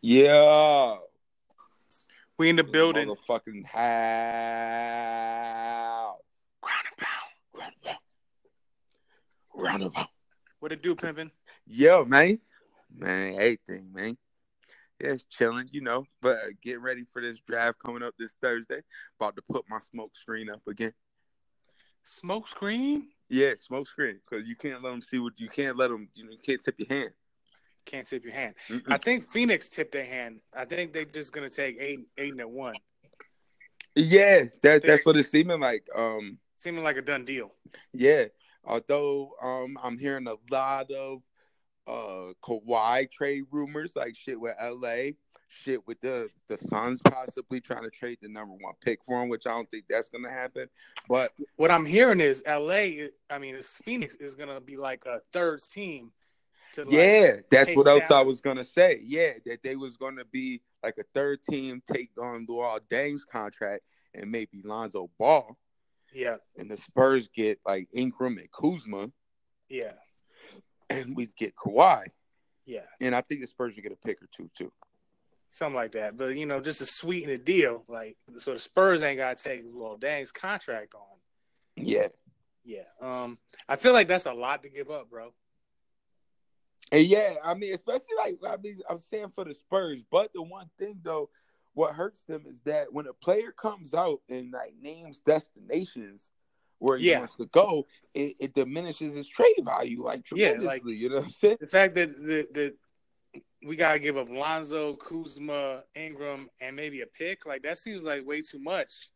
Yeah. We in the building. Motherfucking how. Ground and pound. Round about. What it do, pimpin'? Yo, man. Man, everything, man. Yeah, it's chilling, you know, but uh, getting ready for this drive coming up this Thursday. About to put my smoke screen up again. Smoke screen? Yeah, smoke screen, because you can't let them see what you can't let them, you, know, you can't tip your hand. Can't tip your hand. Mm-mm. I think Phoenix tipped their hand. I think they just gonna take eight, eight and a one. Yeah, that, that's what it's seeming like. Um, Seeming like a done deal. Yeah. Although um I'm hearing a lot of uh Kawhi trade rumors, like shit with LA, shit with the the Suns possibly trying to trade the number one pick for him, which I don't think that's gonna happen. But What I'm hearing is LA. I mean, it's Phoenix is gonna be like a third team. To like, yeah, that's take what else I salary. was gonna say. Yeah, that they was gonna be like a third team take on Luol Deng's contract and maybe Lonzo Ball, yeah, and the Spurs get like Ingram and Kuzma, yeah, and we get Kawhi, yeah, and I think the Spurs will get a pick or two too. something like that. But you know, just to sweeten the deal, like so the Spurs ain't gotta take Lil Dang's contract on. Yeah. Yeah, um, I feel like that's a lot to give up, bro. And yeah, I mean, especially like I mean, I'm saying for the Spurs, but the one thing though, what hurts them is that when a player comes out and like names destinations where he Yeah. wants to go, it, it diminishes his trade value like Yeah, tremendously. like- you know what I'm saying? The fact that the the we gotta give up Lonzo, Kuzma, Ingram, and maybe a pick, like that seems like way too much.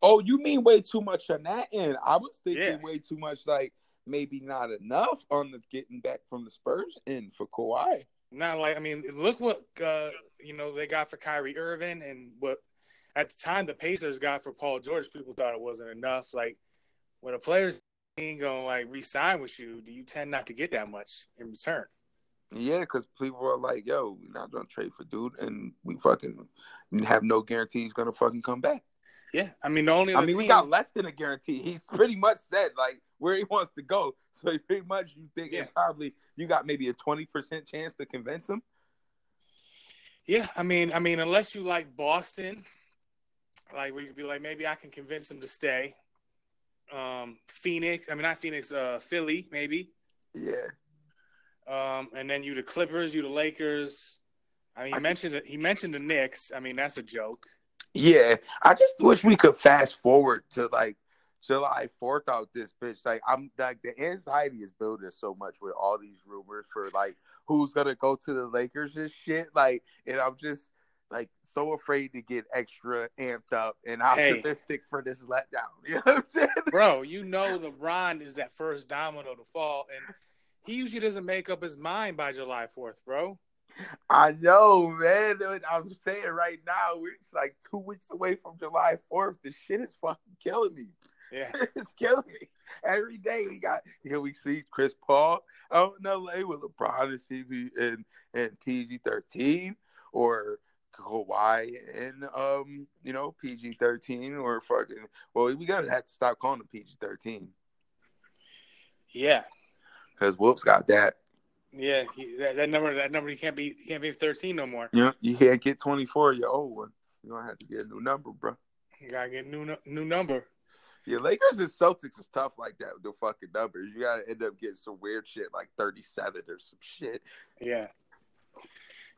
Oh, you mean way too much on that end? I was thinking Yeah. way too much, like maybe not enough on the getting back from the Spurs end for Kawhi. Not like I mean, look what uh, you know they got for Kyrie Irving and what at the time the Pacers got for Paul George. People thought it wasn't enough. Like when a player's ain't gonna like re-sign with you, do you tend not to get that much in return? Yeah, because people are like, "Yo, we're not gonna trade for dude," and we fucking have no guarantee he's gonna fucking come back. Yeah, I mean the only I other mean, we team- got less than a guarantee. He's pretty much said like where he wants to go. So he pretty much you think Yeah. probably you got maybe a twenty percent chance to convince him. yeah. I mean, I mean unless you like Boston, like where you could be like maybe I can convince him to stay. Um, Phoenix, I mean not Phoenix, uh, Philly maybe. Yeah, Um, and then you the Clippers, you the Lakers. I mean, he I- mentioned he mentioned the Knicks. I mean, that's a joke. yeah. I just wish we could fast forward to like July fourth out this bitch. Like I'm like the anxiety is building so much with all these rumors for like who's gonna go to the Lakers and shit. Like, and I'm just like so afraid to get extra amped up and Hey. optimistic for this letdown. You know what I'm saying? Bro, you know LeBron is that first domino to fall, and he usually doesn't make up his mind by July fourth, bro. I know, man. What I'm saying right now, we're just like two weeks away from July 4th. This shit is fucking killing me. Yeah, it's killing me. Every day we got here we see Chris Paul out in LA with LeBron and CB and, and PG thirteen or Kawhi and um, you know, PG thirteen or fucking well, we gotta have to stop calling them PG thirteen. yeah, Because Whoops got that. yeah. He, that, that number, that number, he can't be, he can't be thirteen no more. Yeah. You can't get twenty four your old one. You're gonna have to get a new number, bro. You gotta get new nu- new number. Yeah, Lakers and Celtics is tough like that with the fucking numbers. You gotta end up getting some weird shit like thirty seven or some shit. Yeah.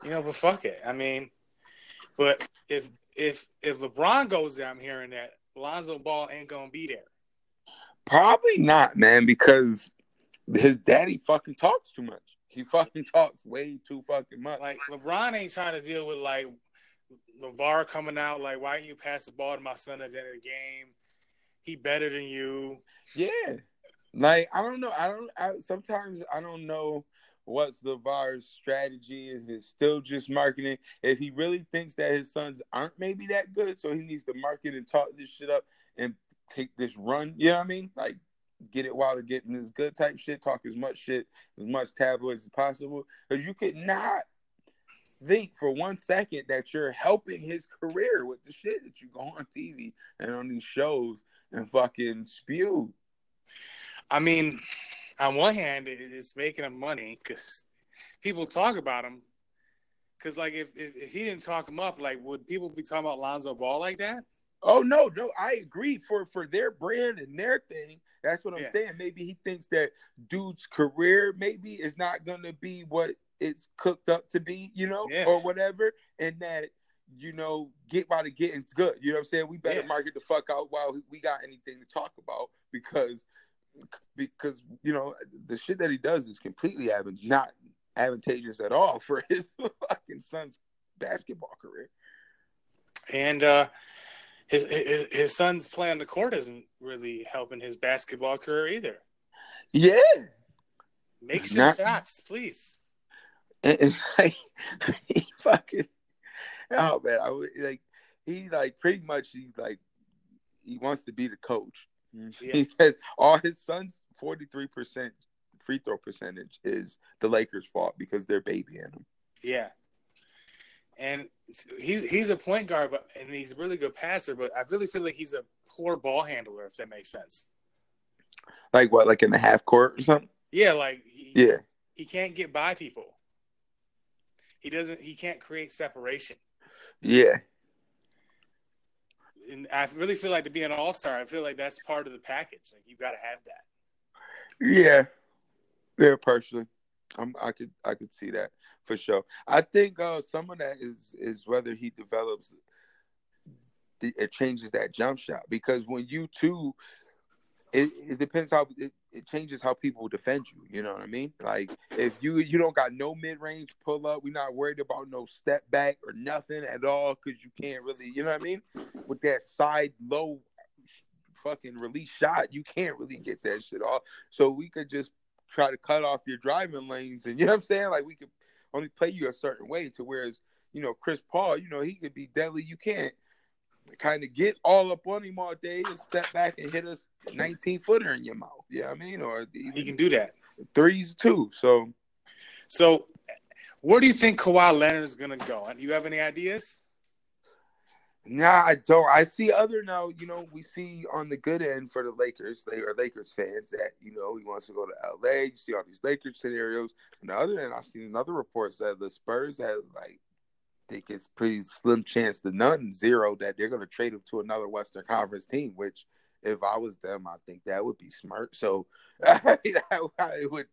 You know, but fuck it. I mean, but if if if LeBron goes there, I'm hearing that Lonzo Ball ain't gonna be there. Probably not, man, because his daddy fucking talks too much. He fucking talks way too fucking much. Like LeBron ain't trying to deal with like LeVar coming out like, why didn't you pass the ball to my son at the end of the game? He better than you. Yeah. Like I don't know. I don't. I, sometimes I don't know what's LeVar's strategy. Is it still just marketing? If he really thinks that his sons aren't maybe that good, so he needs to market and talk this shit up and take this run. You know what I mean? Like get it while they're getting this good type shit. Talk as much shit, as much tabloids as possible, because you could not think for one second that you're helping his career with the shit that you go on TV and on these shows and fucking spew. I mean, on one hand, it- it's making him money because people talk about him, Because like if, if if he didn't talk him up, like would people be talking about Lonzo Ball like that? Oh no, no, I agree. For for their brand and their thing, that's what I'm Yeah. saying. Maybe he thinks that dude's career maybe is not gonna be what it's cooked up to be, you know, Yeah. or whatever, and that you know, get while the getting's good. You know what I'm saying? We better Yeah. market the fuck out while we got anything to talk about because because you know the shit that he does is completely advan- not advantageous at all for his fucking son's basketball career. And uh, his, his his son's play on the court isn't really helping his basketball career either. Yeah. Make some Not- shots, please. and, and like he fucking oh man, I would like he like pretty much he like he wants to be the coach. Yeah. He says all his sons forty three percent free throw percentage is the Lakers' fault because they're babying him. Yeah. And he's he's a point guard, but and he's a really good passer, but I really feel like he's a poor ball handler, if that makes sense. Like what, like in the half court or something? Yeah, like he, Yeah. he can't get by people. He doesn't. He can't create separation. Yeah. And I really feel like to be an all star, I feel like that's part of the package. Like you got to have that. Yeah. Yeah, partially. I'm, I could I could see that for sure. I think uh, some of that is is whether he develops the, it changes that jump shot because when you two, it, it depends how it, it changes how people defend you. You know what I mean? Like if you you don't got no mid range pull up, we're not worried about no step back or nothing at all because you can't really. You know what I mean? With that side low fucking release shot, you can't really get that shit off. So we could just try to cut off your driving lanes and you know what I'm saying? Like we could only play you a certain way to whereas, you know, Chris Paul, you know, he could be deadly. You can't kind of get all up on him all day and step back and hit us 19 footer in your mouth. You know what I mean? Or He can even do that. threes too. So So, where do you think Kawhi Leonard is going to go? Do you have any ideas? Nah, I don't. I see other now. You know, we see on the good end for the Lakers, they are Lakers fans that you know he wants to go to LA. You see all these Lakers scenarios. On the other end, I've seen another reports that the Spurs have like think it's pretty slim chance to none zero that they're going to trade him to another Western Conference team. Which, if I was them, I think that would be smart. So, I, mean, I, I would.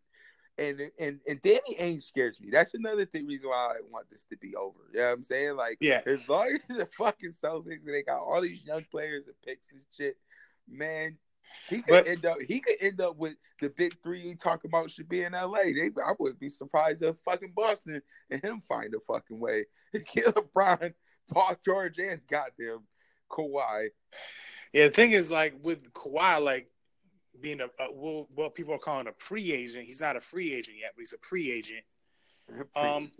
And, and and Danny Ainge scares me. That's another thing reason why I want this to be over. You know what I'm saying? Like Yeah. as long as the fucking Celtics and they got all these young players and picks and shit, man, he could But- end up he could end up with the big three you talking about should be in LA. They, I wouldn't be surprised if fucking Boston and him find a fucking way to kill LeBron, Paul George, and goddamn Kawhi. Yeah, the thing is, like with Kawhi, like being a, a well, what people are calling a pre agent, he's not a free agent yet, but he's a pre agent. Um,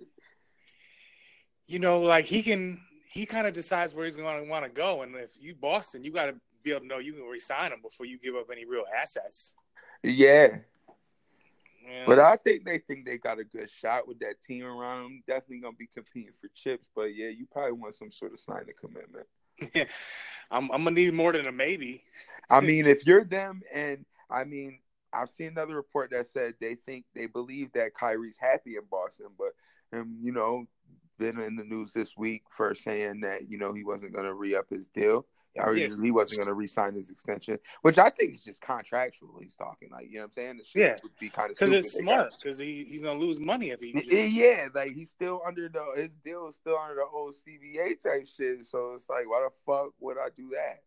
You know, like he can, he kind of decides where he's going to want to go. And if you Boston, you got to be able to know you can resign him before you give up any real assets. yeah. Yeah. But I think they think they got a good shot with that team around them. Definitely gonna be competing for chips. But yeah, you probably want some sort of sign of commitment. I'm, I'm gonna need more than a maybe. I mean, if you're them, and I mean, I've seen another report that said they think they believe that Kyrie's happy in Boston, but um, you know, been in the news this week for saying that you know he wasn't going to re up his deal. Or Yeah. he wasn't going to re-sign his extension, which I think is just contractual. He's talking like you know what I'm saying. The shit Yeah. would be kind of Because stupid. it's They got- smart. Because he, he's gonna lose money if he. Y- Just, Yeah, like he's still under the his deal is still under the old CBA type shit. So it's like, why the fuck would I do that?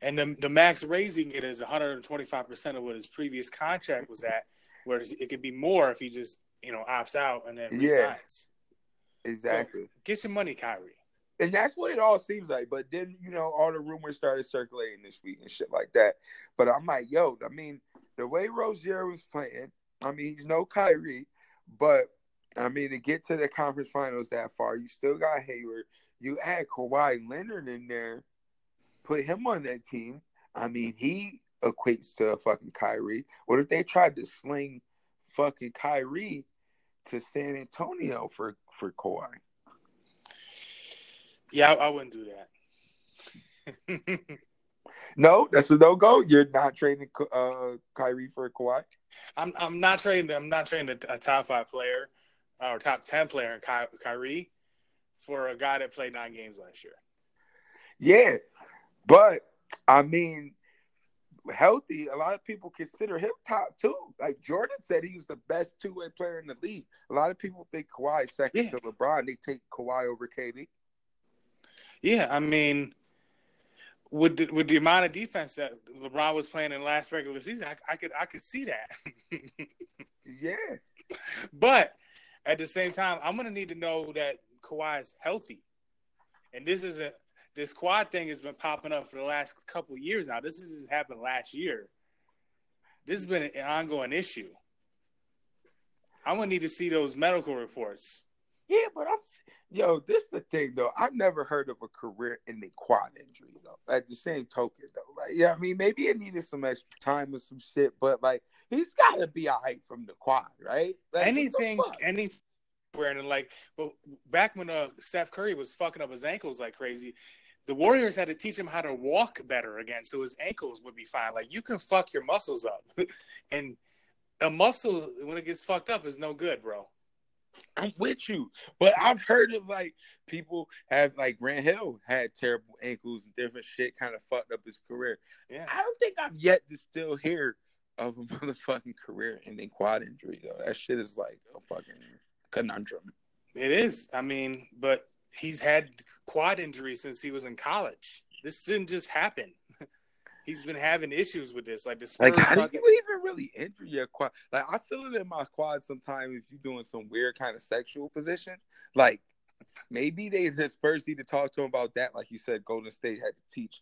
And the the max raise he can get is 125 percent of what his previous contract was at, where it could be more if he just you know opts out and then Yeah. resigns. Exactly. Get your money, Kyrie. and that's what it all seems like. But then you know, all the rumors started circulating this week and shit like that. But I'm like, yo, I mean, the way Rozier was playing, I mean, he's no Kyrie, but I mean, to get to the conference finals that far, you still got Hayward. You add Kawhi Leonard in there, put him on that team. I mean, he equates to a fucking Kyrie. What if they tried to sling fucking Kyrie to San Antonio for for Kawhi? Yeah, I, I wouldn't do that. No, that's a no go. You're not trading uh, Kyrie for Kawhi. I'm I'm not trading. I'm not trading a, a top five player uh, or top ten player in Ky- Kyrie. for a guy that played nine games last year. Yeah, but I mean, healthy. A lot of people consider him top two. Like Jordan said, he was the best two way player in the league. A lot of people think Kawhi second Yeah. to LeBron. They take Kawhi over KD. Yeah, I mean, with the, with the amount of defense that LeBron was playing in last regular season, I, I could I could see that. Yeah, But at the same time, I'm gonna need to know that Kawhi is healthy. And this isn't this quad thing has been popping up for the last couple years now. This has happened last year. This has been an ongoing issue. I'm gonna need to see those medical reports. yeah. But I'm yo. This the thing though. I've never heard of a career ending quad injury though. At the same token though, like yeah, I mean maybe it needed some extra time or some shit. But like he's got to be a hype from the quad, right? Like, what the anything, fuck? anything. Brandon, like, but back when uh, Steph Curry was fucking up his ankles like crazy, the Warriors had to teach him how to walk better again, so his ankles would be fine. Like, you can fuck your muscles up, and a muscle when it gets fucked up is no good, bro. I'm with you, but I've heard of like people have like Grant Hill had terrible ankles and different shit, kind of fucked up his career. Yeah, I don't think I've yet to still hear of a motherfucking career ending quad injury though. That shit is like a fucking conundrum. it is. I mean, but he's had quad injuries since he was in college. This didn't just happen. he's been having issues with this, like the Spurs. Like, how do fucking- you even really injure your quad? Like, I feel it in my quad sometimes if you're doing some weird kind of sexual position. Like, maybe they the Spurs need to talk to him about that. Like you said, Golden State had to teach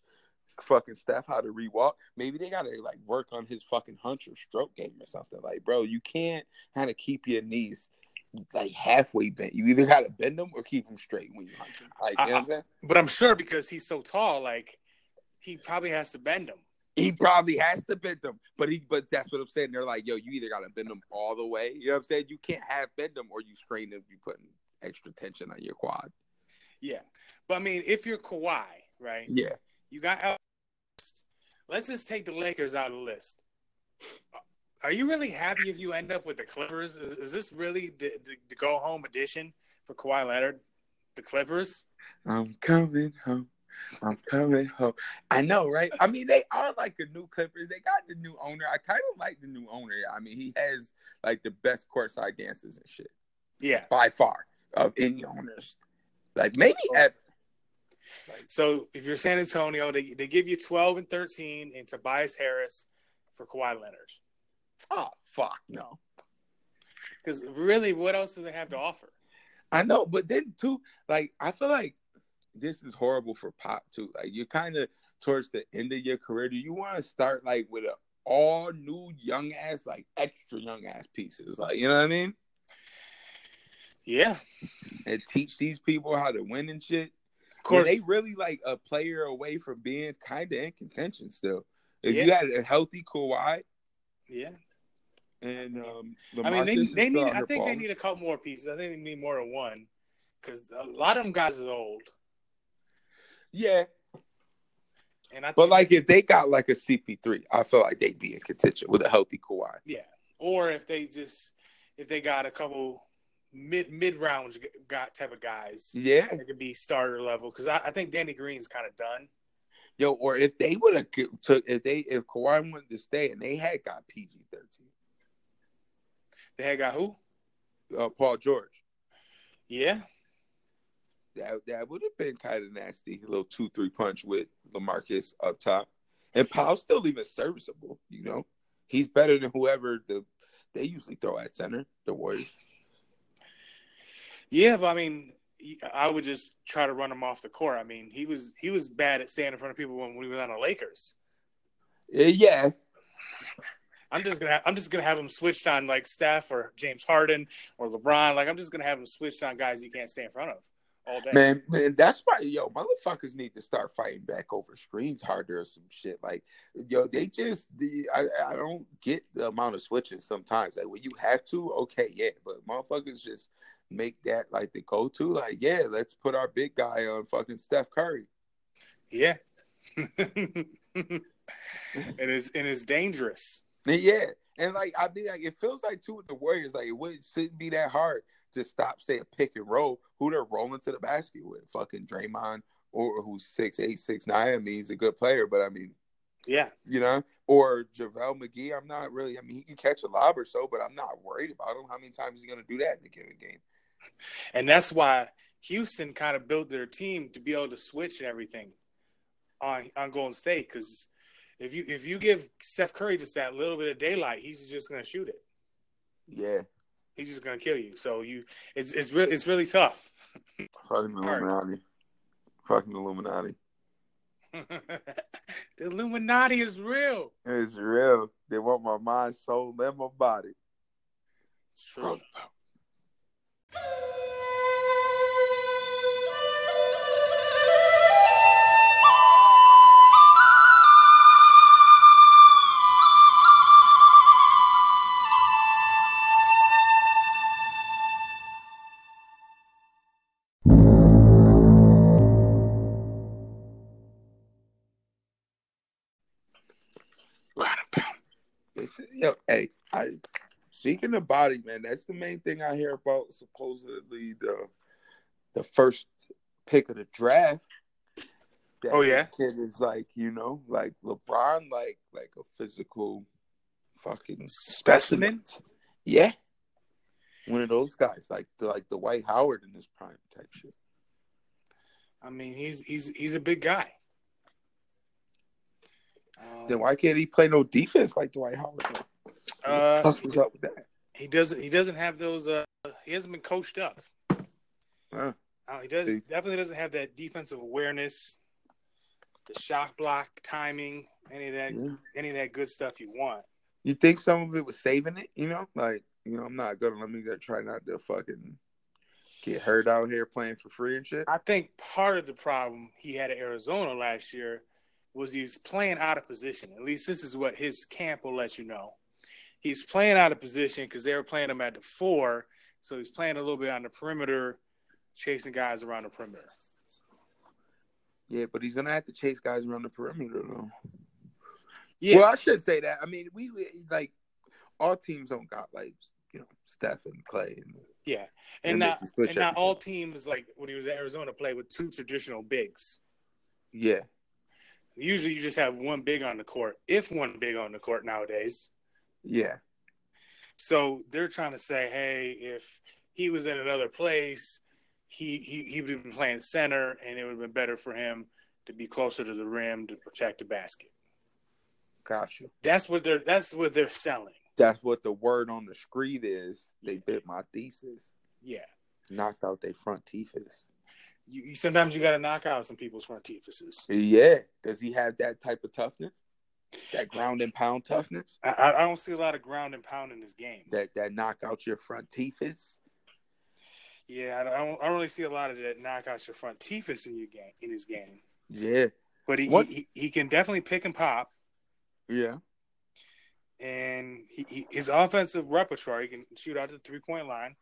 fucking Steph how to rewalk. Maybe they gotta like work on his fucking hunch or stroke game or something. Like, bro, you can't kind of keep your knees like halfway bent. You either gotta bend them or keep them straight when you hunch 'em. Like, you know what I'm saying? But I'm sure because he's so tall, like he probably has to bend him. He probably has to bend them, but he but that's what I'm saying. They're like, yo, you either gotta bend them all the way. You know what I'm saying? You can't half bend them or you strain them if you putting extra tension on your quad. Yeah. But I mean, if you're Kawhi, right? Yeah. You got out. Let's just take the Lakers out of the list. Are you really happy if you end up with the Clippers? Is, is this really the, the, the go home edition for Kawhi Leonard? The Clippers? I'm coming home. I'm coming home. I know, right? I mean, they are like the new Clippers. They got the new owner. I kind of like the new owner. I mean, he has like the best courtside dances and shit Yeah. by far of any owners. Like maybe ever. So if you're San Antonio, they, they give you 12 and 13 and Tobias Harris for Kawhi Leonard. Oh fuck no. Because really, what else do they have to offer? I know, but then too, like I feel like this is horrible for pop too. Like you're kind of towards the end of your career. Do you want to start like with a all new young ass, like extra young ass pieces? Like you know what I mean? Yeah. And teach these people how to win and shit. Of Of course. they really like a player away from being kind of in contention still. If you Yeah. had a healthy Kawhi yeah. and um, I Lamar mean, Sisson they, still they need. out I here think they balling. need a couple more pieces. I think they need more than one because a lot of them guys is old. yeah. And I But think- like if they got like a CP3, I feel like they'd be in contention with a healthy Kawhi. yeah, or if they just if they got a couple mid mid round got type of guys Yeah. that could be starter level because I, I think Danny Green's kind of done. Yo, or if they would have took if they if Kawhi wanted to stay and they had got PG thirteen, They had got who? uh, Paul George, Yeah, that that would have been kind of nasty. A little two three punch with Lamarcus up top, and Powell's still even serviceable. You know, he's better than whoever the they usually throw at center. The Warriors. yeah, but I mean. I would just try to run him off the court. I mean, he was he was bad at staying in front of people when we was on the Lakers. Uh, Yeah, I'm just gonna I'm just gonna have him switched on like Steph or James Harden or LeBron. Like I'm just gonna have him switched on guys he can't stay in front of all day. man, man, that's why yo motherfuckers need to start fighting back over screens harder or some shit. Like yo, they just the I I don't get the amount of switching sometimes. Like when you have to, okay, yeah, but motherfuckers just make that like the go to. Like yeah, let's put our big guy on fucking Steph Curry. Yeah, and it's and it's dangerous. And yeah, and like I mean, like it feels like too with the Warriors, like it wouldn't shouldn't be that hard Just stop, say a pick and roll. Who they're rolling to the basket with? Fucking Draymond or who's six eight six nine. I mean, he's a good player, but I mean, Yeah. you know, or Javale McGee. I'm not really. I mean, he can catch a lob or so, but I'm not worried about him. How many times is he going to do that in a given game? And that's why Houston kind of built their team to be able to switch and everything on on Golden State because if you if you give Steph Curry just that little bit of daylight, he's just gonna shoot it. Yeah, He's just gonna kill you. So you, it's it's re- it's really tough. fucking right. Illuminati. Fucking Illuminati. the Illuminati is real. It's real. They want my mind, soul, and my body. It's true. It's, yo, hey, I speaking of body, man, that's the main thing I hear about supposedly the the first pick of the draft. That Oh, yeah? this kid is like you know, like LeBron, like like a physical fucking Specimen? Yeah, one of those guys, like the, like the White Howard in his prime type shit. I mean, he's he's he's a big guy. Um, Then why can't he play no defense like Dwight Howard? What the uh, fuck was up with that? he doesn't he doesn't have those. Uh, he hasn't been coached up. Huh. Uh, he does See. definitely doesn't have that defensive awareness, the shot block timing, any of that, Yeah. any of that good stuff you want. You think some of it was saving it, you know? Like, you know, I'm not gonna let me go try not to fucking get hurt out here playing for free and shit. I think part of the problem he had at Arizona last year was he was playing out of position. At least this is what his camp will let you know. He's playing out of position because they were playing him at the four, so he's playing a little bit on the perimeter, chasing guys around the perimeter. Yeah, but he's gonna have to chase guys around the perimeter though. Yeah, Well, I should say that. I mean, we, we like all teams don't got like you know Steph and Clay and, yeah, and and not they can switch and not everything. all teams like when he was at Arizona play with two traditional bigs. Yeah, Usually, you just have one big on the court, if one big on the court nowadays. yeah, So they're trying to say, hey, if he was in another place, he he he would have been playing center, and it would have been better for him to be closer to the rim to protect the basket. gotcha. That's what they're that's what they're selling. That's what the word on the street is. They bit my thesis, Yeah, knocked out their front teethers. you, you sometimes you got to knock out some people's front teethuses. Yeah, does he have that type of toughness? That ground and pound toughness? I, I I don't see a lot of ground and pound in this game. that that knock out your front teethers. Yeah, I don't, I don't- I don't really see a lot of that knock out your front teethus in your game in his game. Yeah, But he, What- he he can definitely pick and pop. yeah, and he, he, his offensive repertoire, he can shoot out to the three point line.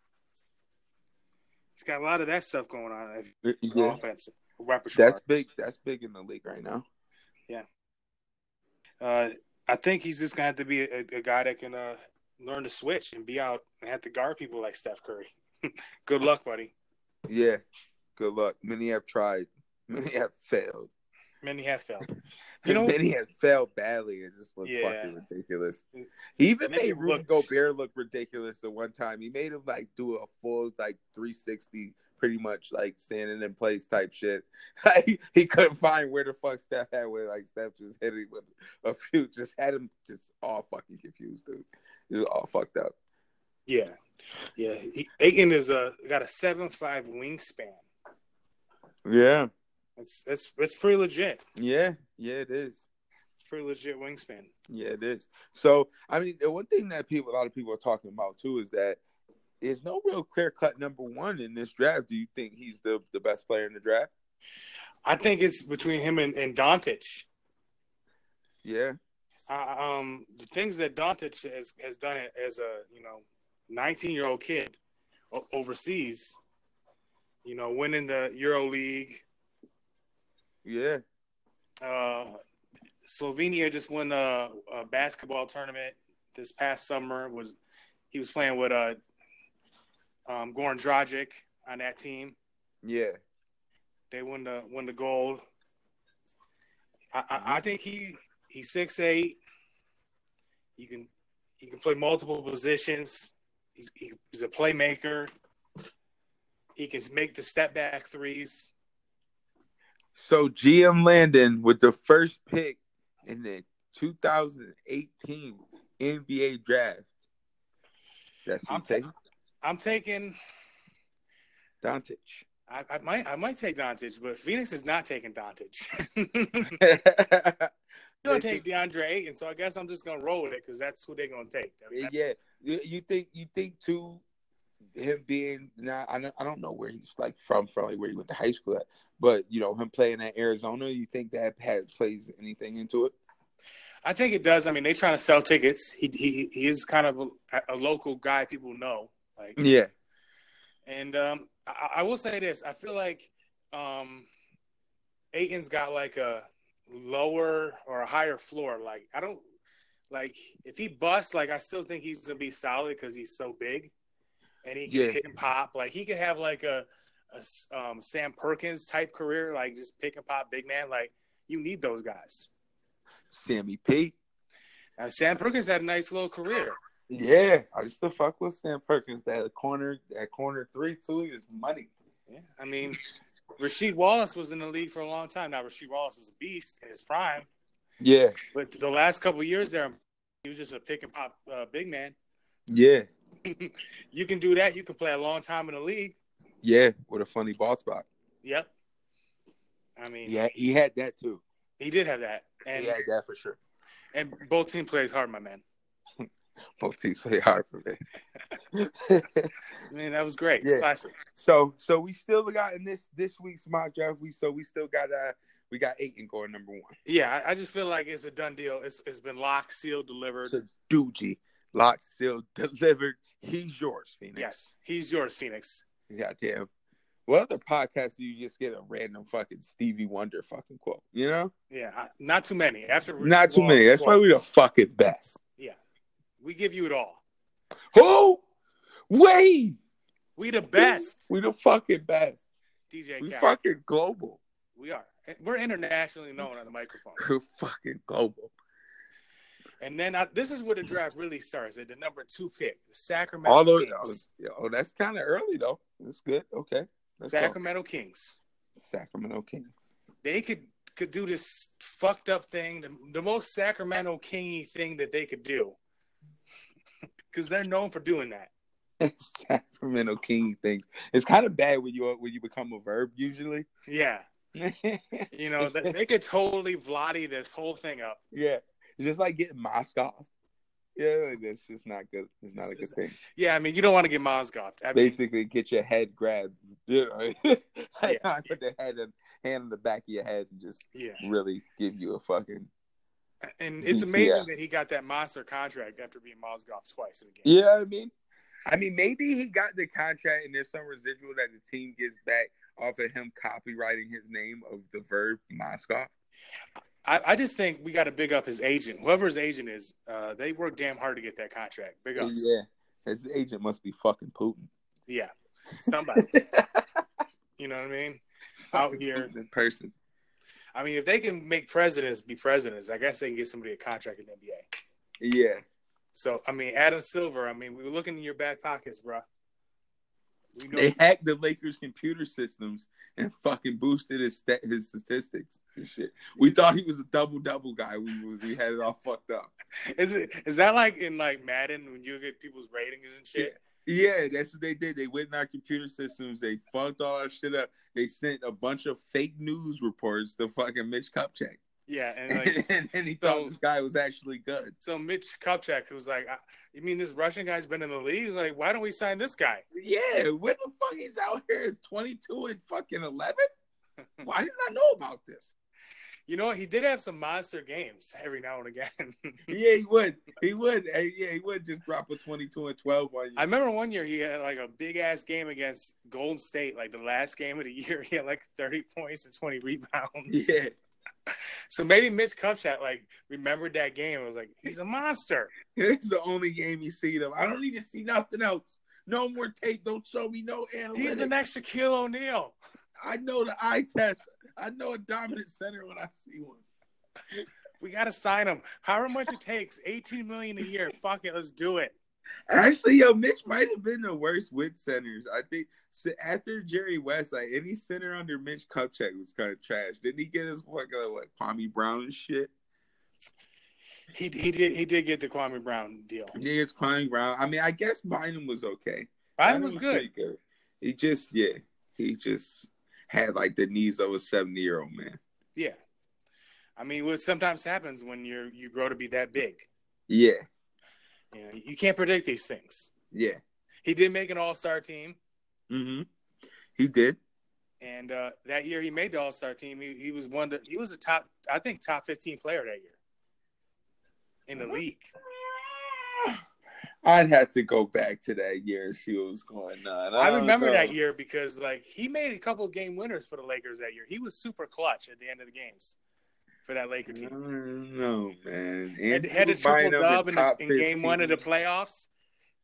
He's got a lot of that stuff going on in his offensive repertoire. That's big. That's big in the league right now. uh, I think he's just gonna have to be a, a guy that can uh, learn to switch and be out and have to guard people like Steph Curry. Good luck, buddy. Yeah. Good luck. Many have tried. Many have failed. Many have failed. You know, many have failed badly and just looked Yeah. fucking ridiculous. He even Many made Rudy looked- Gobert look ridiculous the one time. He made him like do a full like 360, pretty much like standing in place type shit. Like he couldn't find where the fuck Steph had where like Steph just hit him with a few, just had him just all fucking confused, dude. Just all fucked up. yeah, yeah. He, Aiken is a got a seven five wingspan. Yeah, That's that's that's pretty legit. yeah, yeah. It is. It's pretty legit wingspan. Yeah, it is. So, I mean, the one thing that people, a lot of people are talking about too, is that there's no real clear cut number one in this draft. Do you think he's the the best player in the draft? I think it's between him and, and Dontich. Yeah, I, um, the things that Dontich has, has done it as a you know, 19 year old kid o- overseas, you know, winning the Euro League. yeah, Uh, Slovenia just won a, a basketball tournament this past summer. Was he was playing with uh, um, Goran Dragic on that team. Yeah. They won the won the gold. I, I, I think he he's six eight. You can he can play multiple positions. He's he, he's a playmaker. He can make the step back threes. So GM Landon with the first pick in the 2018 NBA draft. That's what I'm I'm taking. I'm taking. Doncic. I, I might I might take Doncic, but Phoenix is not taking Doncic. They're gonna take DeAndre Ayton, so I guess I'm just gonna roll with it because that's who they're gonna take. I mean, that's- yeah, you you think you think too. Him being now, I don't, I don't know where he's like from, from like where he went to high school at, but you know him playing at Arizona. You think that had plays anything into it? I think it does. I mean, they're trying to sell tickets. He he, he is kind of a, a local guy people know. Like, Yeah, and um, I, I will say this: I feel like um, Aiton's got like a lower or a higher floor. Like, I don't like if he busts. Like, I still think he's gonna be solid because he's so big, and he can Yeah. pick and pop. Like, he could have like a, a s- um, Sam Perkins type career, like just pick and pop, big man. Like, you need those guys. Sammy P. Now, Sam Perkins had a nice little career. Yeah, I used to fuck with Sam Perkins. That corner, that corner three too. He was money. Yeah, I mean, Rasheed Wallace was in the league for a long time. Now Rasheed Wallace was a beast in his prime, Yeah, but the last couple of years there, he was just a pick and pop uh, big man. yeah, You can do that. You can play a long time in the league. yeah. With a funny ball spot. Yep. I mean, Yeah, he had that too. he did have that, and he had that for sure. and both team plays hard, my man. Both teams play hard for me. I mean, that was great. Yeah. Classic. So so we still got in this this week's mock draft. We so we still got uh we got Aiton going number one. Yeah, I, I just feel like it's a done deal. It's it's been locked, sealed, delivered. So Doogie, lock, seal, delivered. He's yours, Phoenix. Yes, he's yours, Phoenix. Goddamn. What other podcast do you just get a random fucking Stevie Wonder fucking quote? You know, Yeah, I, not too many. After not too many. That's why we the fucking best. Yeah, we give you it all. Who? Wait, We the best. we the fucking best. DJ We Khaled. fucking global. We are. We're internationally known on the microphone. We're fucking global. And then I, this is where the draft really starts at the number two pick, the Sacramento All those. Kings. Oh, that's kind of early though. That's good. Okay, let's go. Sacramento Kings. Sacramento Kings. They could could do this fucked up thing, the, the most Sacramento Kingy thing that they could do, because they're known for doing that. Sacramento King things. It's kind of bad when you uh, when you become a verb usually. Yeah, yeah, you know th- they could totally Vladi this whole thing up. it's just like getting Moscow. Yeah, like that's just not good. It's not a good thing. Yeah, I mean you don't want to get Mozgov. I mean, Basically, get your head grabbed. You know, I put the head and hand on the back of your head and just yeah, really give you a fucking and it's Yeah. amazing that he got that monster contract after being Mozgov twice in a game. You know what I mean? I mean, maybe he got the contract and there's some residual that the team gets back off of him copywriting his name of the verb Moscow. I, I just think we got to big up his agent. Whoever his agent is, uh, they work damn hard to get that contract. Big ups. Yeah. Yeah. His agent must be fucking Putin. Somebody. you know what I mean? Out here. in person. I mean, if they can make presidents be presidents, I guess they can get somebody a contract in the NBA. Yeah. So, I mean, Adam Silver, I mean, we were looking in your back pockets, bruh. We know, They hacked the Lakers' computer systems and fucking boosted his stat- his statistics. and Shit. We thought he was a double double guy. We was- we had it all fucked up. is, it, is that like in like Madden when you look at people's ratings and shit? Yeah, that's what they did. They went in our computer systems. They fucked all our shit up. They sent a bunch of fake news reports to fucking Mitch Kupchak, Yeah. And like, and, then he thought so- this guy was actually good. so Mitch Kupchak, who's like, I, you mean this Russian guy's been in the league? Like, why don't we sign this guy? Yeah, what the fuck? He's out here twenty two and fucking eleven. Why did I know about this? You know, what? he did have some monster games every now and again. Yeah, he would. He would. Uh, Yeah, he would just drop a 22 and 12 on you. I remember one year he had like a big ass game against Golden State, like the last game of the year. He had like 30 points and 20 rebounds. yeah. So maybe Mitch Kupchak like remembered that game and was like, he's a monster. It's the only game you see them. I don't need to see nothing else. No more tape. Don't show me no analytics. He's the next Shaquille O'Neal. I know the eye test. I know a dominant center when I see one. We gotta sign him. However much it takes, eighteen million a year. Fuck it, let's do it. Actually, yo, Mitch might have been the worst with centers. I think so after Jerry West, like any center under Mitch Kupchak was kind of trash. Didn't he get his fucking like Kwame Brown and shit? He he did he did get the Kwame Brown deal. Yeah, it's Kwame Brown. I mean, I guess Bynum was okay. Biden was good. pretty He just, yeah, he just had like the knees of a seventy-year-old man. Yeah, I mean, what sometimes happens when you're you grow to be that big. Yeah, You know, you can't predict these things. yeah. He did make an All Star team, Mm-hmm. He did. and uh, that year he made the All Star team. He, he was one. To, he was a top, I think, top fifteen player that year in the league. I'd have to go back to that year and see what was going on. I don't remember know. that year because like he made a couple of game winners for the Lakers that year. He was super clutch at the end of the games for that Laker I team. don't know, man. had, Andrew had a triple Bynum dub in, the- top in game 15. one of the playoffs.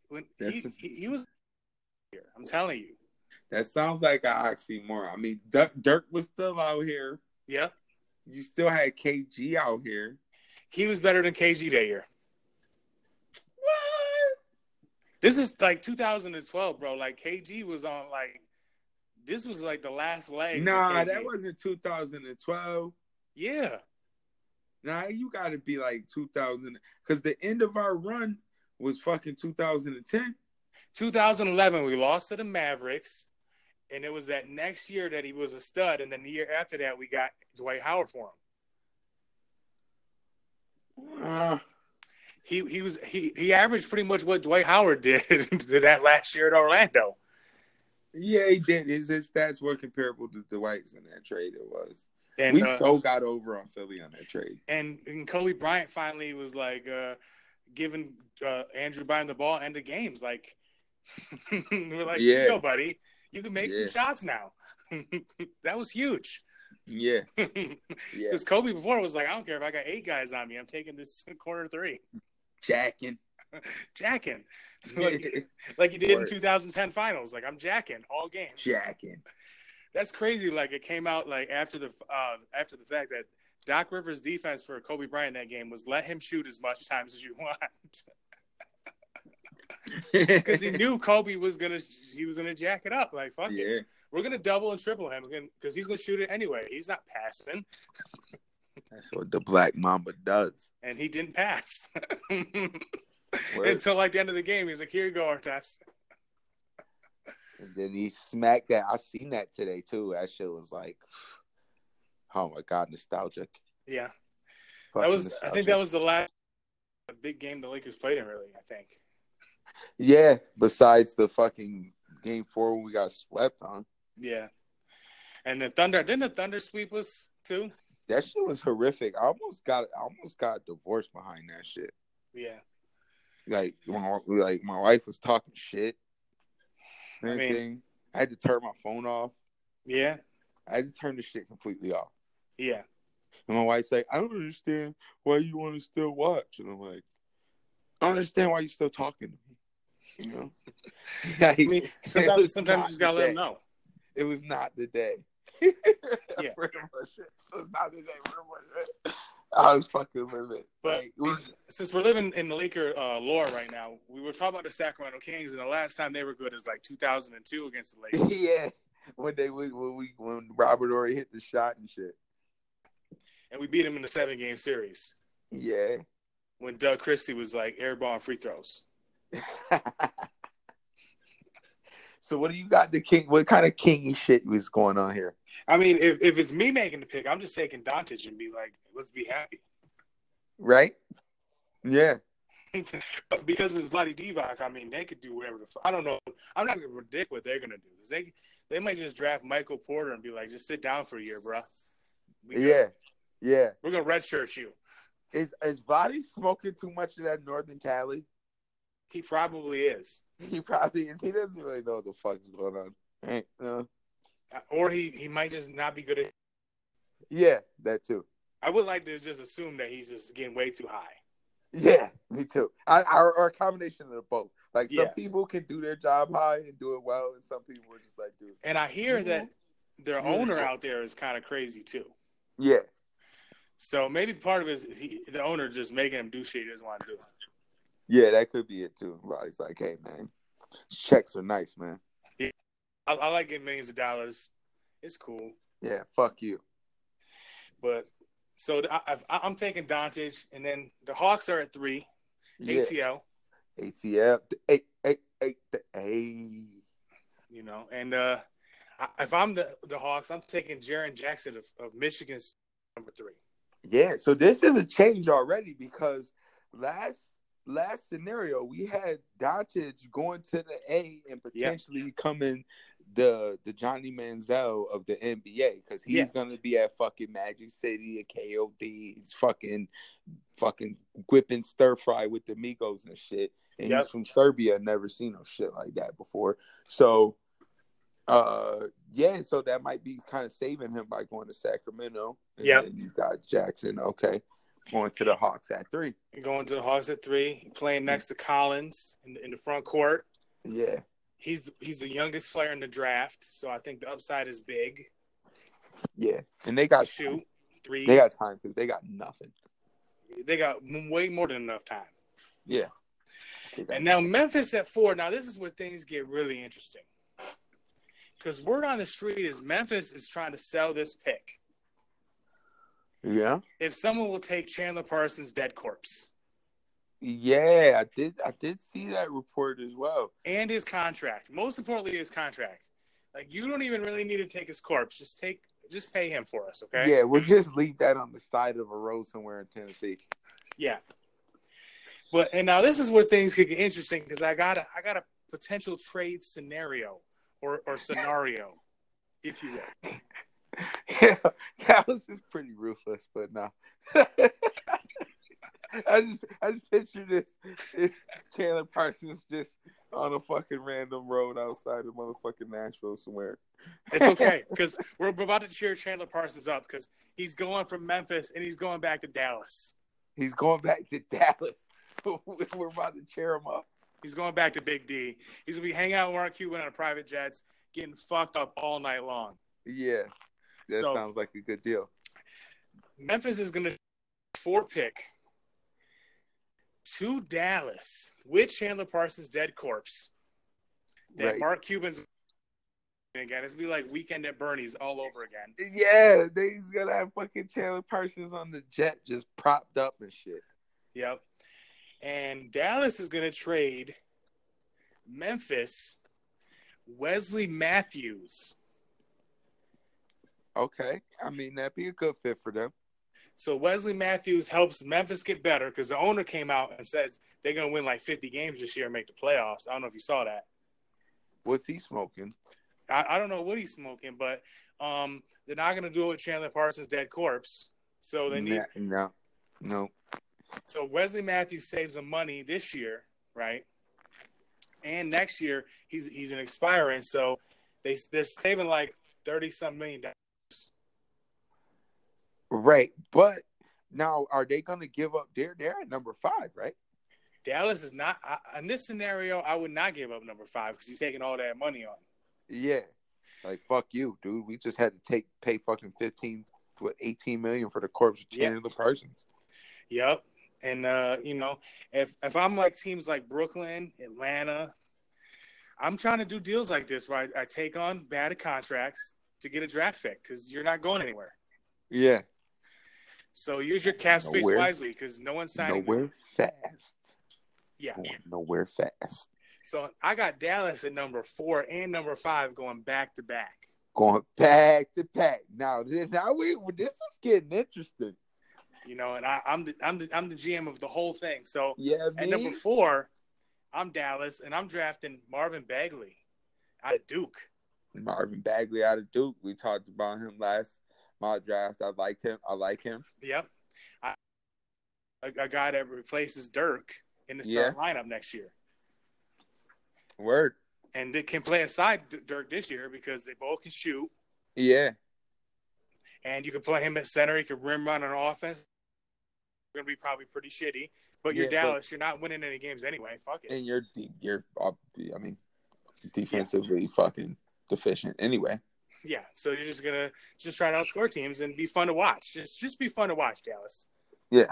When he, That's- he, he was here, I'm telling you. That sounds like an oxymoron. I mean, Dirk, Dirk was still out here. Yeah, You still had KG out here. he was better than KG that year. What? This is like 2012, bro. Like KG was on like this was like the last leg. for Nah, KG. that wasn't 2012. yeah. Nah, you got to be like 2000 because the end of our run was fucking 2010. 2011, we lost to the Mavericks, and it was that next year that he was a stud, and then the year after that, we got Dwight Howard for him. Ah, He he was he he averaged pretty much what Dwight Howard did to that last year at Orlando. yeah, he did. His, his stats were comparable to Dwight's in that trade. It was. And we uh, so got over on Philly on that trade. and, and Kobe Bryant finally was like uh, giving uh, Andrew Bynum the ball end of games. Like we're like, yeah. Yeah. you go, buddy, you can make Yeah. some shots now. that was huge Yeah, because yeah. Kobe before was like, I don't care if I got eight guys on me, I'm taking this corner three, jacking. jacking, like, like he did in Word. 2010 finals. Like I'm jacking all game. jacking. That's crazy. Like it came out like after the uh, after the fact that. Doc Rivers' defense for Kobe Bryant that game was let him shoot as much times as you want. because he knew Kobe was gonna he was gonna jack it up. Like fuck it, yeah, we're gonna double and triple him because he's gonna shoot it anyway. He's not passing, that's what the Black Mamba does. and he didn't pass Word. until like the end of the game. He's like, "Here you go, Artest." And then he smacked that. I seen that today too. That shit was like, oh my god, nostalgic. Yeah, that Fucking was. I think nostalgic. that was the last big game the Lakers played in. Really, I think. Yeah, besides the fucking game four when we got swept on. Yeah, and the Thunder didn't the Thunder sweep us too. That shit was horrific. I almost got I almost got divorced behind that shit. Yeah, Like my like my wife was talking shit. I mean- Everything. I had to turn my phone off. yeah, I had to turn the shit completely off. yeah. And my wife's like, I don't understand why you want to still watch. And I'm like, I don't understand why you're still talking to me. You know? Like, I mean, sometimes was sometimes you not just gotta let today. him know. it was not the day. Yeah. Pretty much it. It was not the day. Pretty much it. I was fucking livid. But Like, it was, since we're living in the Laker uh, lore right now, we were talking about the Sacramento Kings, and the last time they were good is like 2002 against the Lakers. yeah, when they was- when we when Robert Ory hit the shot and shit. and we beat them in the seven game series Yeah. when Doug Christie was like airballing free throws. so what do you got? The king? What kind of kingy shit was going on here? I mean, if, if it's me making the pick, I'm just taking Doncic and be like, let's be happy. Right? Yeah. But because it's Vlade Divac, I mean, they could do whatever the fuck. I don't know. I'm not going to predict what they're going to do. 'cause they, they might just draft Michael Porter and be like, just sit down for a year, bruh. We gonna- Yeah. Yeah. We're going to redshirt you. Is is Vadi smoking too much of that Northern Cali? He probably is. He probably is. He doesn't really know what the fuck's going on. Right? No. Or he, he might just not be good at Yeah, that too. I would like to just assume that he's just getting way too high. Yeah, Me too. I, I, or a combination of the both. Like some Yeah. people can do their job high and do it well, and some people are just like, dude, And I hear that their Mhm. owner out there is kind of crazy too. yeah, So maybe part of it is he, the owner just making him do shit he doesn't want to do. yeah, that could be it too. But it's like, hey man, checks are nice, man. I, I like getting millions of dollars. It's cool. Yeah, fuck you. But so th- I, I, I'm taking Dontage, and then the Hawks are at three. Yeah, ATL, ATF, the A, A, A, the A. you know, and uh, I, if I'm the, the Hawks, I'm taking Jaron Jackson of, of Michigan number three. Yeah, so this is a change already because last last scenario we had Doncic going to the A and potentially becoming the the Johnny Manziel of the NBA because he's Yeah. gonna be at fucking Magic City at KOD. He's fucking fucking whipping stir fry with the Migos and shit. And Yep. he's from Serbia, never seen no shit like that before. So uh yeah, so that might be kind of saving him by going to Sacramento. And Yep. then You got Jackson, okay. Going to the Hawks at three. Going to the Hawks at three, Mm-hmm. playing next to Collins in the, in the front court. Yeah. He's he's the youngest player in the draft, so I think the upside is big. Yeah. And they got Shoot threes. They got time because they got nothing. they got way more than enough time. Yeah. And now Memphis at four. Now this is where things get really interesting. Because word on the street is Memphis is trying to sell this pick. Yeah. If someone will take Chandler Parsons' dead corpse Yeah, I did I did see that report as well. and his contract, most importantly his contract. Like you don't even really need to take his corpse. Just take, just pay him for us, okay? Yeah, we'll just leave that on the side of a road somewhere in Tennessee. Yeah. But and now this is where things could get interesting because I got a I got a potential trade scenario or or scenario, if you will. Yeah, that was just pretty ruthless, but no. I just I just picture this this Chandler Parsons just on a fucking random road outside of motherfucking Nashville somewhere. It's okay because we're about to cheer Chandler Parsons up because he's going from Memphis and he's going back to Dallas. He's going back to Dallas. We're about to cheer him up. He's going back to Big D. He's gonna be hanging out with Mark Cuban on private jets, getting fucked up all night long. Yeah, that So- sounds like a good deal. Memphis is gonna four pick to Dallas with Chandler Parsons' dead corpse. That Right. Mark Cuban's again. It's gonna be like Weekend at Bernie's all over again. Yeah, they- he's gonna have fucking Chandler Parsons on the jet just propped up and shit. Yep. And Dallas is going to trade Memphis Wesley Matthews. Okay, I mean that'd be a good fit for them. So Wesley Matthews helps Memphis get better because the owner came out and says they're going to win like 50 games this year and make the playoffs. I don't know if you saw that. What's he smoking? I, I don't know what he's smoking, but um, they're not going to do it with Chandler Parsons' dead corpse. So they need. Nah, no, no. So Wesley Matthews saves them money this year, right? And next year he's he's an expiring, so they they're saving like thirty some million dollars. Right, but now are they going to give up? They're they're at number five, right? Dallas is not I, in this scenario. I would not give up number five because you're taking all that money on. Yeah, like fuck you, dude. We just had to take pay fucking fifteen what eighteen million for the corpse of Yeah. Chandler Parsons. Yep. And uh, you know, if if I'm like teams like Brooklyn, Atlanta, I'm trying to do deals like this where I, I take on bad contracts to get a draft pick because you're not going anywhere. Yeah, So use your cap space Nowhere. wisely because no one's signing. them. nowhere fast. Yeah. Going nowhere fast. So I got Dallas at number four and number five going back to back. Going back to back. Now, th- now we this is getting interesting. You know, and I, I'm the I'm the I'm the GM of the whole thing. So Yeah, at number four, I'm Dallas and I'm drafting Marvin Bagley out of Duke. Marvin Bagley out of Duke. We talked about him last my draft. I liked him. I like him. Yep. I, a, a guy that replaces Dirk in the Yeah. starting lineup next year. Word. And they can play aside D- Dirk this year because they both can shoot. Yeah. And you can play him at center. He can rim run on offense. going to be probably pretty shitty. But you're Yeah, but- Dallas. you're not winning any games anyway. Fuck it. and you're de- you're up- I mean defensively fucking deficient anyway. Yeah. So you're just going to just try to outscore teams and be fun to watch. Just just be fun to watch, Dallas. Yeah.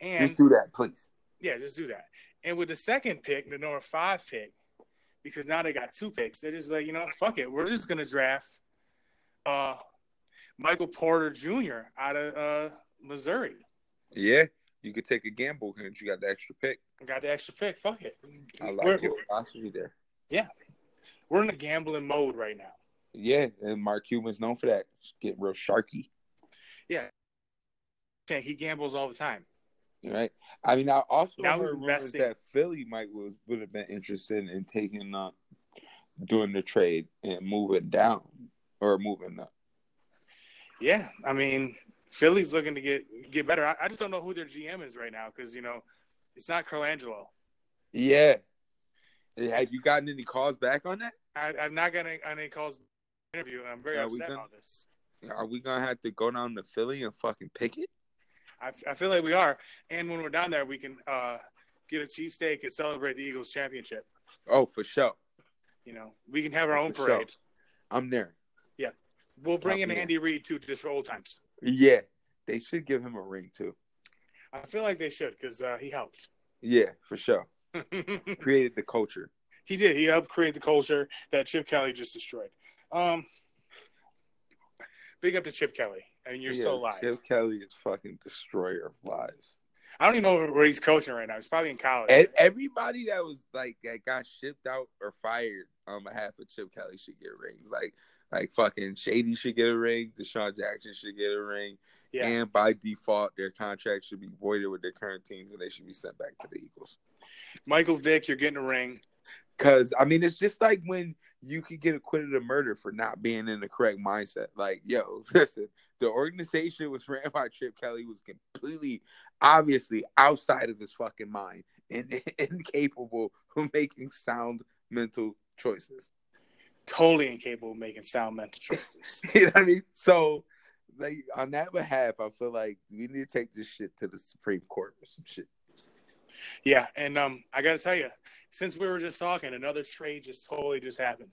And Just do that, please. yeah, just do that. And with the second pick, the number five pick, because now they got two picks, they're just like, you know, fuck it. We're just gonna draft uh Michael Porter Jr. out of uh Missouri. Yeah, you could take a gamble because you got the extra pick. Got the extra pick. Fuck it. I we're, like your philosophy there. we're in a gambling mode right now. Yeah, and Mark Cuban's known for that. Just Get real sharky, Yeah, he gambles all the time. right? I mean, I also Now heard he's rumors investing. that Philly might was would have been interested in taking uh doing the trade and moving down or moving up. Yeah, I mean, Philly's looking to get get better. I, I just don't know who their GM is right now because you know it's not Colangelo. Yeah. Have you gotten any calls back on that? I, I'm not gonna any calls interview, and I'm very Yeah, we upset done- about this. Are we gonna have to go down to Philly and fucking pick it? I, I feel like we are. And when we're down there, we can uh, get a cheesesteak and celebrate the Eagles championship. Oh, for sure. You know, we can have our own For sure. parade. I'm there. We'll bring in Yeah. Andy Reid too, just for old times. Yeah, they should give him a ring too. I feel like they should because uh, he helped. Yeah, for sure. Created the culture. he did. He helped create the culture that Chip Kelly just destroyed. Um, big up to Chip Kelly. I mean, you're yeah, still alive. Chip Kelly is fucking destroyer of lives. I don't even know where he's coaching right now. He's probably in college. And everybody that was like that got shipped out or fired on behalf of Chip Kelly should get rings. Like, like fucking Shady should get a ring. Deshaun Jackson should get a ring. yeah. And by default, their contract should be voided with their current teams, and they should be sent back to the Eagles. Michael Vick, you're getting a ring. Cause I mean, it's just like when you could get acquitted of murder for not being in the correct mindset. Like, yo, listen, the organization was ran by Chip Kelly was completely, obviously, outside of his fucking mind and incapable of making sound mental choices. Totally incapable of making sound mental choices. You know what I mean? So, like on that behalf, I feel like we need to take this shit to the Supreme Court or some shit. Yeah, and um, I gotta tell you, since we were just talking, another trade just totally just happened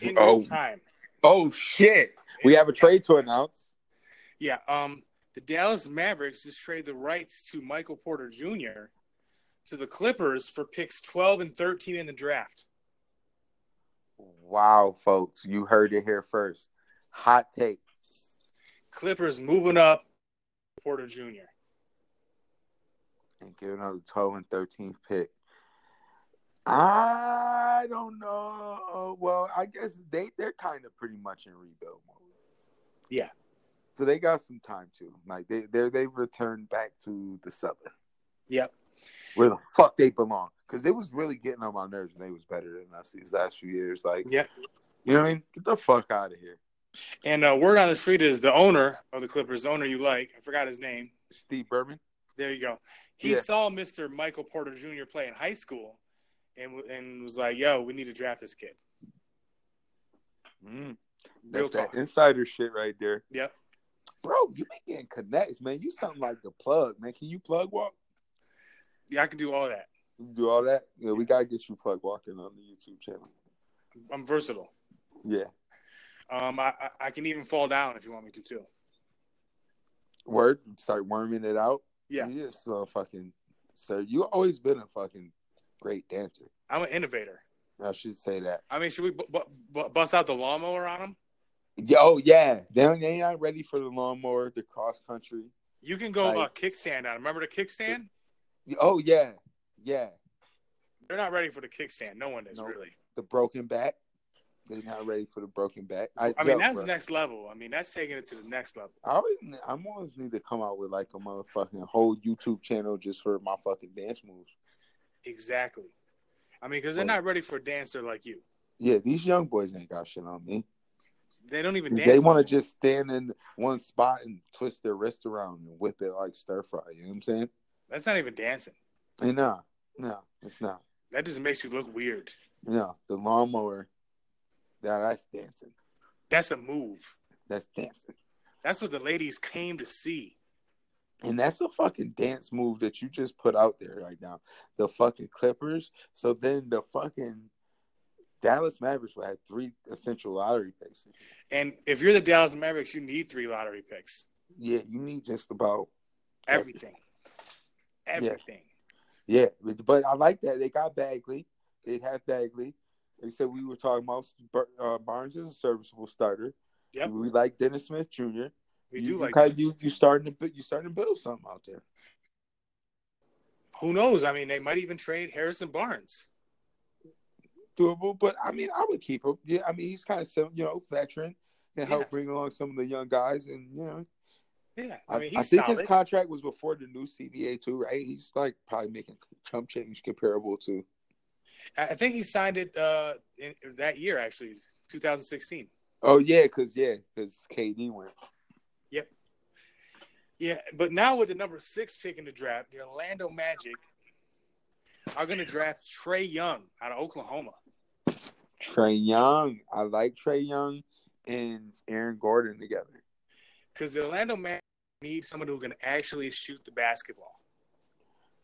in Oh. real time. Oh shit! We have a trade to announce. Yeah, um, the Dallas Mavericks just traded the rights to Michael Porter Jr. to the Clippers for picks twelve and thirteen in the draft. Wow, folks, you heard it here first. Hot take. Clippers moving up Porter Jr. and give another 12 and 13th pick. I don't know. Well, I guess they they're kind of pretty much in rebuild mode. Yeah. So they got some time too. Like they they they returned back to the southern Yep. where the fuck they belong because it was really getting on my nerves when they was better than us these last few years. Like Yeah. you know what I mean? Get the fuck out of here, And uh, word on the street is the owner of the Clippers, the owner you like, I forgot his name. Steve Berman. There you go. He Yeah. saw Mr. Michael Porter Jr. play in high school, and w- and was like, "Yo, we need to draft this kid." Mm, Real that's talk. that insider shit right there. Yep. Bro, you been getting connects, man. You something like the plug, man. Can you plug walk? Yeah, I can do all that. You do all that. Yeah, we gotta get you plug walking on the YouTube channel. I'm versatile. Yeah, Um, I, I I can even fall down if you want me to too. word. Start worming it out. Yeah, you just well, fucking sir. You always been a fucking great dancer. I'm an innovator. I should say that. I mean, should we bu- bu- bu- bust out the lawnmower on him? Yo, yeah. They they not ready for the lawnmower, the cross country. You can go uh, Nice. kickstand on. 'em. Remember the kickstand? Oh yeah, yeah. They're not ready for the kickstand. No one is Nope. really. The broken back. They're not ready for the broken back. I, I yo, mean, that's bro. next level. I mean, that's taking it to the next level. I always, I'm always need to come out with like a motherfucking whole YouTube channel just for my fucking dance moves. Exactly. I mean, because they're Well- not ready for a dancer like you. Yeah, these young boys ain't got shit on me. They don't even dance. They want no to more. just stand in one spot and twist their wrist around and whip it like stir fry. You know what I'm saying? That's not even dancing. And nah, no, it's not. That just makes you look weird. No, the lawnmower. Now that's dancing. That's a move. That's dancing. That's what the ladies came to see. And that's a fucking dance move that you just put out there right now. The fucking Clippers. So then the fucking Dallas Mavericks will have three essential lottery picks. And if you're the Dallas Mavericks, you need three lottery picks. Yeah, you need just about Everything. Everything. yeah. But, but I like that they got Bagley. They have Bagley. They said we were talking about uh, Barnes is a serviceable starter. Yep. We like Dennis Smith Jr. you, We do you like kinda- you. You starting to bu- you starting to build something out there. who knows? I mean, they might even trade Harrison Barnes. Doable, but I mean, I would keep him. Yeah, I mean, he's kind of you know veteran and help Yeah. bring along some of the young guys, and you know, Yeah. I, I mean, I he's think solid. his contract was before the new CBA too, right? He's like probably making chump change comparable to. I I think he signed it uh, in, that year, actually, 2016. Oh yeah, because yeah, because KD went. Yeah, but now with the number six pick in the draft, the Orlando Magic are going to draft Trey Young out of Oklahoma. Trey Young, I like Trey Young and Aaron Gordon together. because the Orlando Magic need someone who can actually shoot the basketball.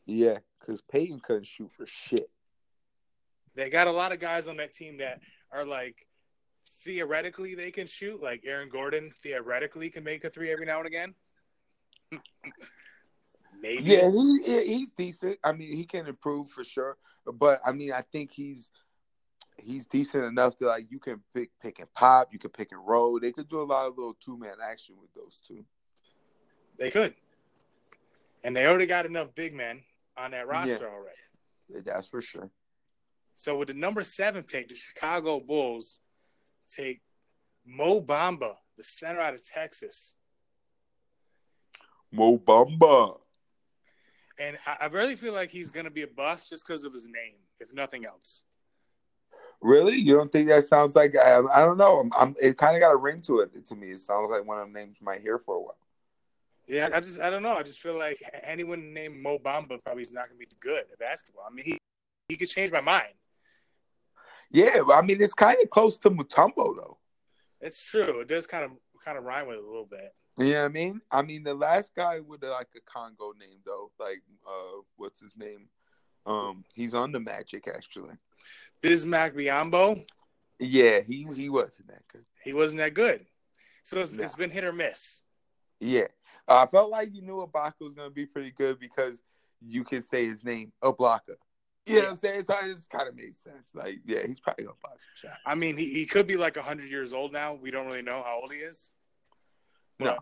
Yeah, because Peyton couldn't shoot for shit. They got a lot of guys on that team that are like theoretically they can shoot, like Aaron Gordon theoretically can make a three every now and again. Maybe. Yeah, he, yeah, he's decent. I mean, he can improve for sure, but I mean, I think he's he's decent enough to like you can pick pick and pop, you can pick and roll. They could do a lot of little two man action with those two. They could. And they already got enough big men on that roster already. That's for sure. So with the number seven pick, the Chicago Bulls take Mo Bamba, the center out of Texas. Mo Bamba. And I, I really feel like he's going to be a bust just because of his name, if nothing else. Really? You don't think that sounds like I, I don't know. I'm, I'm it kind of got a ring to it to me. It sounds like one of them names you might hear for a while. Yeah, I just I don't know. I just feel like anyone named Mo Bamba probably is not going to be good at basketball. I mean, he he could change my mind. Yeah, but I mean it's kind of close to Mutombo though. That's true. It does kind of kind of rhyme with it a little bit. You know what I mean? I mean the last guy with uh, like a Congo name though, like uh what's his name? Um he's on the Magic actually. Bismack Biombo, Yeah, he he wasn't that good. he wasn't that good, so it's, Nah. it's been hit or miss. Yeah. I felt like you knew Ibaka was gonna be pretty good because you could say his name, Ibaka. You know what I'm saying? So it just kind of made sense. Like, yeah, he's probably gonna box some shot. I mean, he, he could be like hundred years old now. We don't really know how old he is. No. But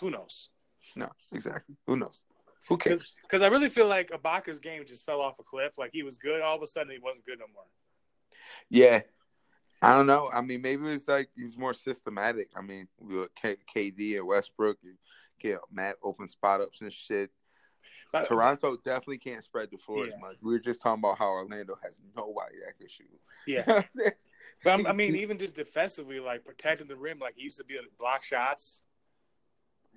who knows? No, exactly. Who knows? Who cares? Because I really feel like Ibaka's game just fell off a cliff. Like he was good, all of a sudden he wasn't good no more. Yeah. I don't know. I mean, maybe it's like he's more systematic. I mean, we were K- KD and Westbrook and get Matt open spot ups and shit. But- Toronto definitely can't spread the floor Uh, Yeah. as much. We were just talking about how Orlando has nobody that can shoot. Yeah, but I'm- i mean, even just defensively, like protecting the rim, like he used to be able to block shots,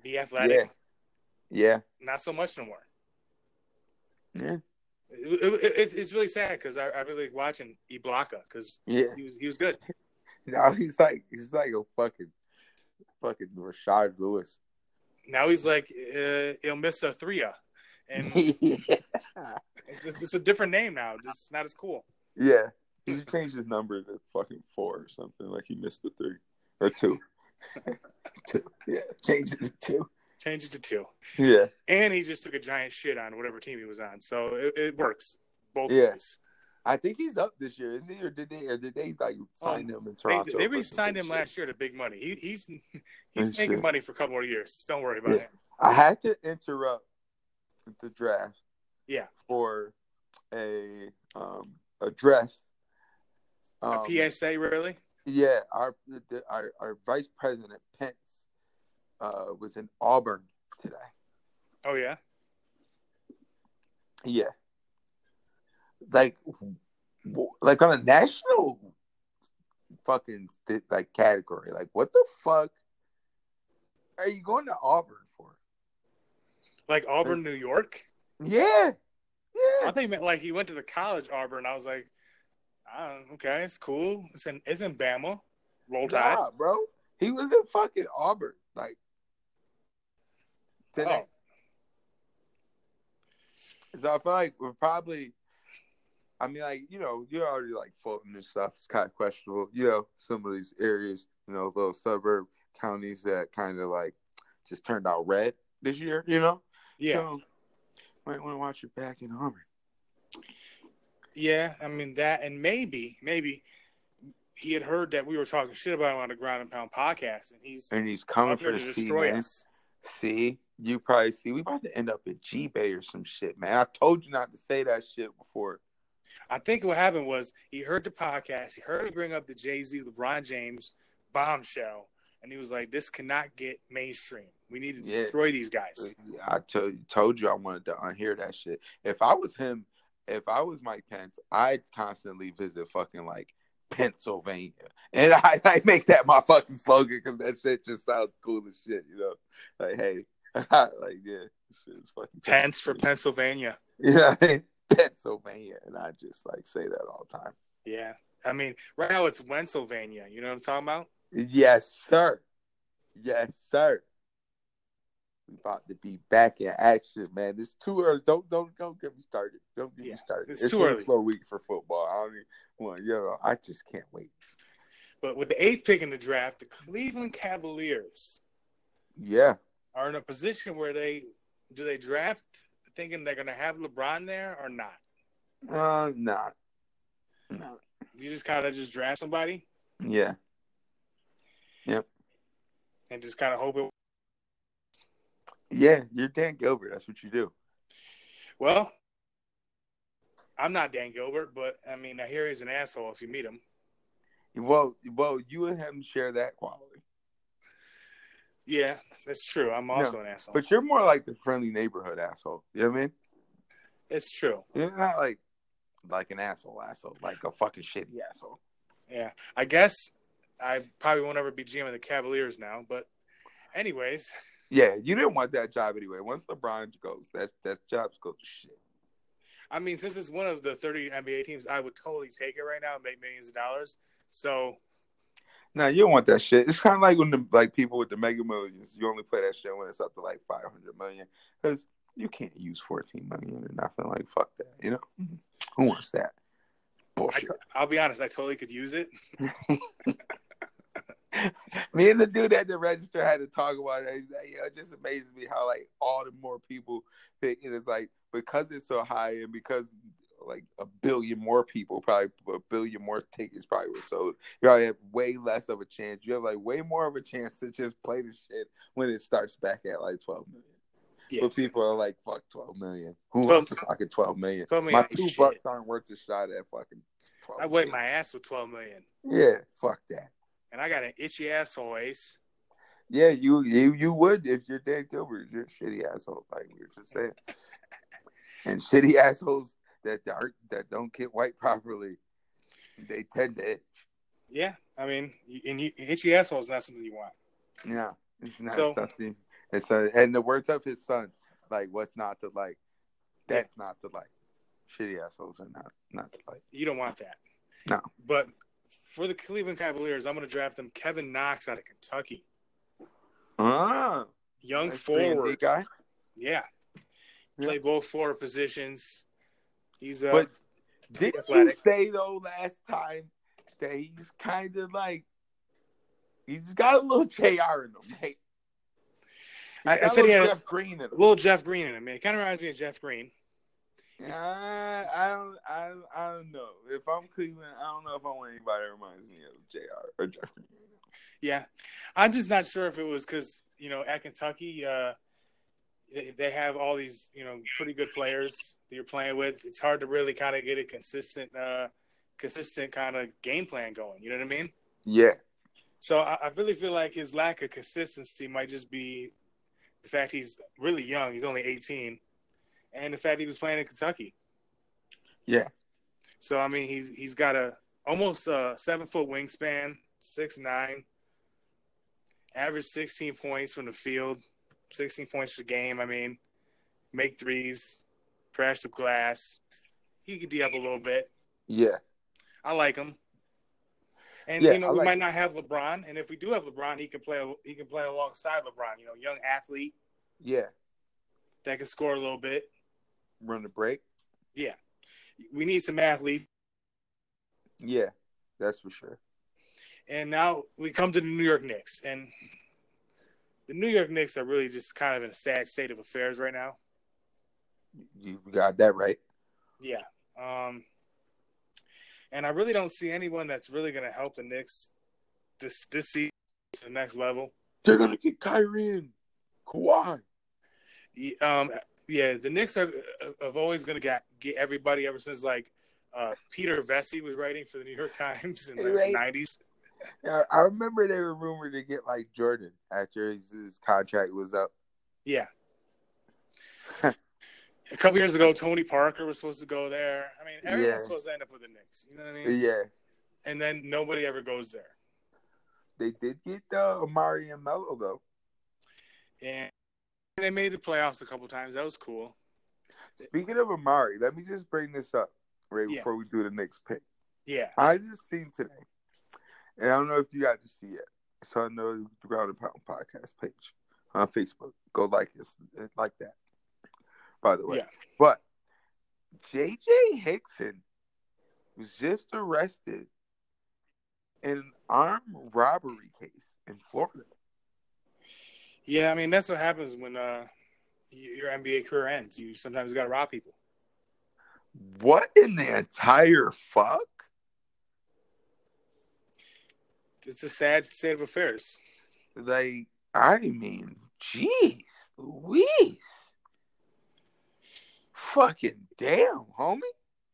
be athletic. yeah, Not so much no more. yeah, It, it- it- it's- it's really sad because I, I really like watching Ibaka because yeah. he was he was good. Now he's like he's like a fucking fucking Rashard Lewis. Now he's like uh, Ilmissa Thria, and it's a, it's a different name now. Just not as cool. yeah. He should change his number to fucking four or something, like he missed the three. Or two. two. Yeah. Change it to two. Change it to two, Yeah. and he just took a giant shit on whatever team he was on, so it, it works both Yeah. ways. I think he's up this year, is he? Or did they or did they like sign him in Um, They, Toronto? they for some re-signed big him shit? last year to big money. He, he's Oh, he's making shit. money for a couple more years. Don't worry about Yeah. him. I had to interrupt the draft. Yeah. For a um a dress. Oh, Um, A PSA, really? Yeah, our the, our our vice president Pence uh, was in Auburn today. Oh yeah. Yeah, like w- like on a national fucking st- like category. Like, what the fuck are you going to Auburn for? Like Auburn, New York. Yeah, I yeah, think meant like he went to the college Auburn. I was like, I don't, okay, it's cool. It's in it's in Bama. Roll Tide. nah, bro. He was in fucking Auburn. Like today, Oh, So I feel like we're probably. I mean, like you know, you're already like Fulton and stuff. It's kind of questionable, you know, some of these areas, you know, little suburb counties that kind of like just turned out red this year, you know. Yeah, So, might want to watch it back in Auburn. yeah. I mean that, and maybe, maybe he had heard that we were talking shit about him on the Ground and Pound podcast, and he's And he's coming up for the here to sea, destroy man. us. See, you probably see we about to end up at G Bay or some shit, man. I told you not to say that shit before. I think what happened was he heard the podcast, he heard me bring up the Jay Z, LeBron James bombshell, and he was like, "This cannot get mainstream. We need to Yeah. destroy these guys." I told told you I wanted to unhear that shit. If I was him, if I was Mike Pence, I'd constantly visit fucking like Pennsylvania, and I like make that my fucking slogan because that shit just sounds cool as shit, you know. Like, hey, like yeah, this shit is fucking Pence for Pennsylvania. yeah, Pennsylvania, and I just like say that all the time. Yeah, I mean, right now it's Pennsylvania. You know what I'm talking about? Yes, sir. Yes, sir. We about to be back in action, man. It's too early. Don't don't don't get me started. Don't get Yeah, me started. it's too been a early. slow week for football. I don't even, well, you know, I just can't wait. But with the eighth pick in the draft, the Cleveland Cavaliers Yeah, are in a position where they do they draft thinking they're going to have LeBron there or not? uh, nah, nah. Do you just kind of just draft somebody Yeah, and just kind of hope it? yeah. You're Dan Gilbert. That's what you do. Well, I'm not Dan Gilbert, but I mean, I hear he's an asshole if you meet him. Well, well, you and him share that quality, Yeah, that's true. I'm also an asshole. but you're more like the friendly neighborhood asshole. You know what I mean? it's true. You're not like like an asshole asshole, like a fucking shitty asshole. Yeah, I guess I probably won't ever be GM of the Cavaliers now, but anyways, Yeah, you didn't want that job anyway. Once LeBron goes, that's that job's goes to shit. I mean, since it's one of the 30 NBA teams, I would totally take it right now and make millions of dollars. So No, you don't want that shit. It's kind of like when the like people with the mega millions, you only play that shit when it's up to like five hundred million because you can't use fourteen million or nothing. Like fuck that, you know. Who wants that I, bullshit? I'll be honest, I totally could use it. Me and the dude at the register had to talk about it. He's like, yo, it just amazes me how like all the more people think and it's like because it's so high and because like a billion more people probably a billion more tickets probably were sold. You probably have way less of a chance. You have like way more of a chance to just play the shit when it starts back at like twelve million. Yeah. But people are like, fuck twelve million. Who 12 wants to fucking twelve million? 12 My million ain't two shit. bucks aren't worth a shot at fucking twelve. I wet my ass with 12 million, yeah, fuck that. and I got an itchy asshole ace. Yeah, you you you would if you're Dan Gilbert. You're a shitty asshole, like we were just saying. and shitty assholes that aren't that don't get white properly, they tend to. itch. Yeah, I mean, you- and you, itchy asshole is not something you want. Yeah, it's not So- something. And so, and the words of his son, like what's not to like, that's not to like. Shitty assholes are not not to like. You don't want that. No. But for the Cleveland Cavaliers, I'm going to draft them Kevin Knox out of Kentucky, Ah, young that's pretty forward. neat guy. Yeah. Yeah. Play both forward positions. He's uh, But Did you Athletic. say though last time that he's kind of like he's got a little Jr. in him? Like, I, I Got said he little had Jeff Green in him. a little Jeff Green in him. It kind of reminds me of Jeff Green. Uh, I don't, I, don't- I don't know. If I'm Cleveland, I don't know if I want anybody that reminds me of Jr. or Jeff Green. Yeah, I'm just not sure if it was because you know at Kentucky, uh, they, they have all these you know pretty good players that you're playing with. It's hard to really kind of get a consistent, uh, consistent kind of game plan going. You know what I mean? Yeah, So I, I really feel like his lack of consistency might just be the fact he's really young. He's only 18, and the fact he was playing in Kentucky. Yeah. So I mean, he's he's got a almost a seven foot wingspan, six nine, average 16 points from the field, 16 points per game. I mean, make threes, crash the glass. He could D up a little bit. yeah, I like him. And Yeah, you know, I we like might not have LeBron, and if we do have LeBron, he can play. He can play alongside LeBron. You know, young athlete yeah. that can score a little bit. run the break. Yeah, we need some athletes. Yeah, that's for sure. And now we come to the New York Knicks, and the New York Knicks are really just kind of in a sad state of affairs right now. You got that right. Yeah. Um, and I really don't see anyone that's really going to help the Knicks this this season to the next level. They're gonna get Kyrie and Kawhi. Yeah, Um, yeah, the Knicks have, have always going to get get everybody ever since like uh, Peter Vesey was writing for the New York Times in the Right. nineties. Yeah, I remember they were rumored to get like Jordan after his, his contract was up. Yeah. A couple years ago, Tony Parker was supposed to go there. I mean, everyone's Yeah. supposed to end up with the Knicks. You know what I mean? Yeah, And then nobody ever goes there. they did get uh, Amari and Melo though. And they made the playoffs a couple times. That was cool. Speaking of Amari, let me just bring this up right Yeah. before we do the next pick. Yeah. I just seen today, and I don't know if you got to see it. So I know the Ground and Pound podcast page on Facebook. Go like this, like that. By the way, Yeah. but JJ Hickson was just arrested in an armed robbery case in Florida. Yeah, I mean that's what happens when uh y- your NBA career ends. You sometimes got to rob people. What in the entire fuck? It's a sad state of affairs. Like, I mean, jeez, Louise. Fucking damn, homie.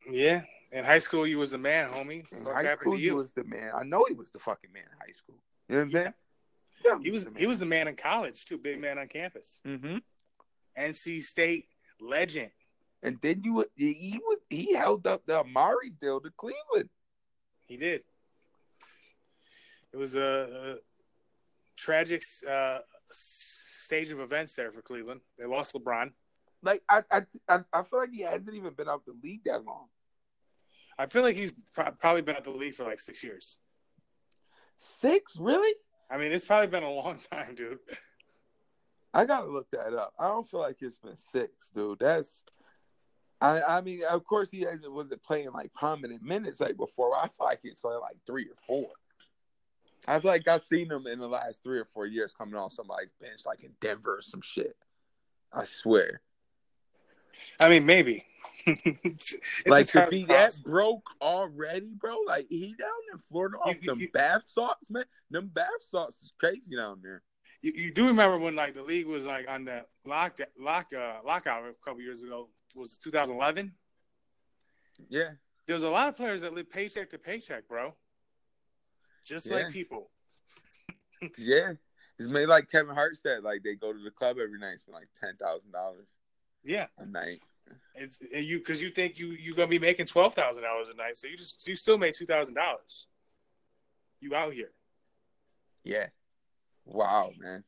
Yeah. In high school, you was the man, homie. In What high happened school, to he you? was the man. I know he was the fucking man in high school. You know what I'm saying? Yeah, He was he was the man in college too. Big man on campus. Mm-hmm. NC State legend. And then you, would- he he was, he held up the Amari deal to Cleveland. He did. It was a, a tragic uh, s- stage of events there for Cleveland. They lost LeBron. Like I, I, I, I feel like he hasn't even been out the league that long. I feel like he's pro- probably been at the league for like six years. Six, really? I mean, it's probably been a long time, dude. I gotta look that up. I don't feel like it's been six, dude. That's, I, I mean, of course he hasn't, wasn't playing like prominent minutes like before. I feel like it's only like three or four. I feel like I've seen him in the last three or four years coming off somebody's bench, like in Denver or some shit. I swear, I mean, maybe. it's, it's like to entirely be that possible. broke already, bro. Like he down in Florida off You- them you- bath salts, man. Them bath salts is crazy down there. You, you do remember when like the league was like on the lock lock uh, lockout a couple years ago? Was it 2011? Yeah, There was a lot of players that lived paycheck to paycheck, bro. Just Yeah. like people. yeah. It's made like Kevin Hart said, like they go to the club every night, spend like ten thousand dollars. Yeah, a night. it's and you because you think you you're gonna be making twelve thousand dollars a night, so you just you still made two thousand dollars. You out here? Yeah. Wow, man.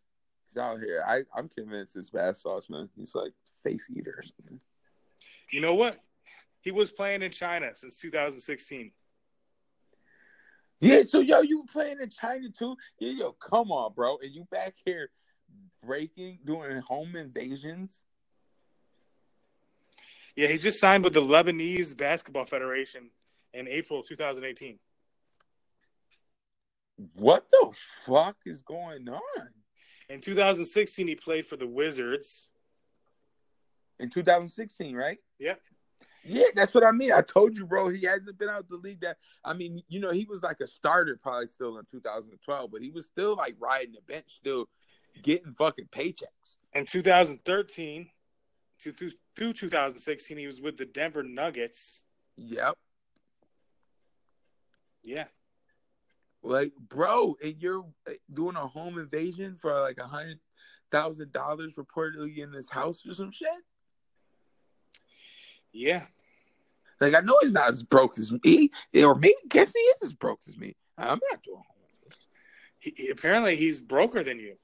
He's out here. I, I'm convinced it's bad sauce, man. He's like face eater or something. You know what? He was playing in China since 2016. Yeah, so yo, you playing in China too? Yeah, yo, come on, bro. And you back here breaking, doing home invasions? Yeah, he just signed with the Lebanese Basketball Federation in April 2018. What the fuck is going on? In 2016, he played for the Wizards. In 2016, right? Yep. Yeah, that's what I mean. I told you, bro, he hasn't been out the league that I mean, you know, he was like a starter probably still in 2012, but he was still like riding the bench, still getting fucking paychecks. In 2013 to, through, through 2016, he was with the Denver Nuggets. Yep. Yeah, Like, bro, and you're uh, doing a home invasion for like a hundred thousand dollars reportedly in this house or some shit. yeah. Like, I know he's not as broke as me, or maybe guess he is as broke as me. I'm not doing home. invasion. He, he- apparently, he's broker than you.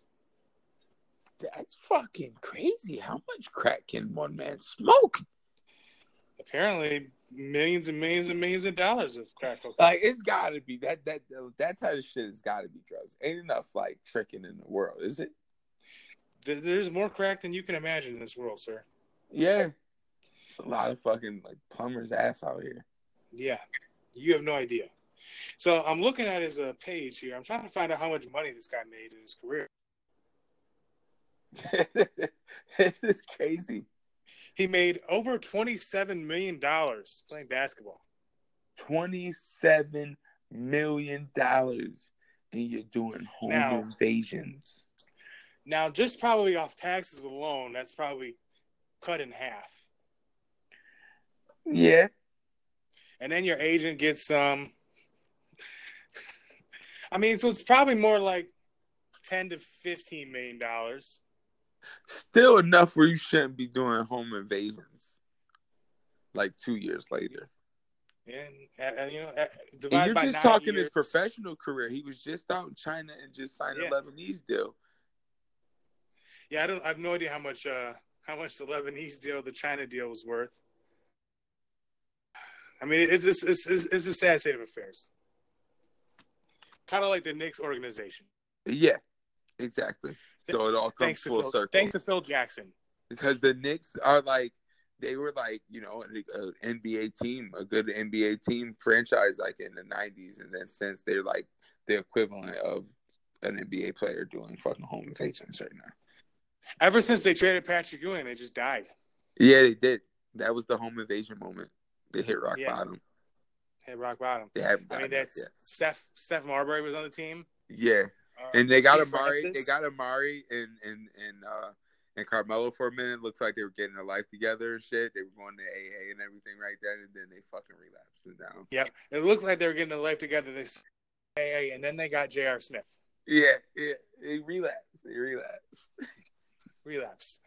That's fucking crazy. How much crack can one man smoke? Apparently, millions and millions and millions of dollars of crack cocaine. Like, it's got to be that that that type of shit has got to be drugs. Ain't enough like tricking in the world, is it? Th- There's more crack than you can imagine in this world, sir. Yeah. It's a lot of fucking like plumber's ass out here. Yeah, you have no idea. So I'm looking at his uh, page here. I'm trying to find out how much money this guy made in his career. this is crazy. He made over twenty-seven million dollars playing basketball. Twenty-seven million dollars, and you're doing home Now- invasions. Now, just probably off taxes alone, that's probably cut in half. Yeah, And then your agent gets um I mean, so it's probably more like ten to fifteen million dollars. still enough where you shouldn't be doing home invasions. Like two years later, And, uh, you know, uh, and divided you're by just nine talking years, his professional career. He was just out in China and just signed Yeah. a Lebanese deal. Yeah, I don't. I have no idea how much uh how much the Lebanese deal, the China deal was worth. I mean, it's it's it's, it's, it's a sad state of affairs. Kind of like the Knicks organization. Yeah, exactly. So it all comes Thanks to full Phil, circle. thanks to Phil Jackson. because the Knicks are like they were like you know an NBA team, a good NBA team franchise like in the '90s, and then since they're like the equivalent of an NBA player doing fucking home invasions right now. Ever since they traded Patrick Ewing, they just died. Yeah, they did. That was the home invasion moment. They hit rock Yeah. bottom. Hit rock bottom. They haven't. I mean, gotten that's up Steph. Steph Marbury was on the team, yet. yeah. Uh, And they got Steve Amari. They Francis. got Amari and and and uh and Carmelo for a minute. Looks like they were getting their life together and shit. They were going to AA and everything right then, and then they fucking relapsed and down. Yep, it looked like they were getting their life together. They, hey, and then they got J.R. Smith Yeah, yeah. They relapsed. They relapsed. relapsed,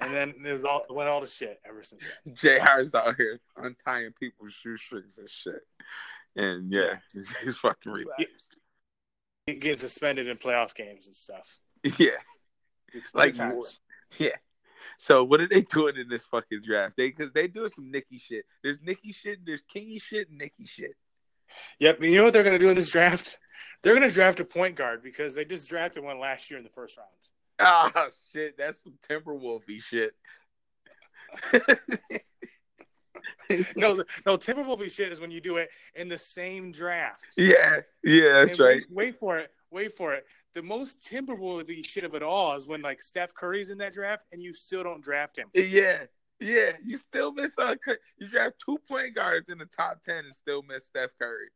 and then it was all it went all to shit ever since. Then. Jay Howard's out here untying people's shoestrings and shit. And yeah, he's, he's fucking relapsed. He gets suspended in playoff games and stuff. Yeah. It's Like good times. what? Yeah. So what are they doing in this fucking draft? They because they doing some Nicky shit. There's Nicky shit. There's Kingy shit. and Nicky shit. Yep, and you know what they're going to do in this draft? They're going to draft a point guard because they just drafted one last year in the first round. Ah shit. That's some Timberwolfy shit. No, no, Timberwolves shit is when you do it in the same draft. yeah. Yeah. That's And right. Wait, wait for it. Wait for it. The most Timberwolves shit of it all is when like Steph Curry's in that draft and you still don't draft him. Yeah, yeah. You still miss on Cur- you draft two point guards in the top ten and still miss Steph Curry.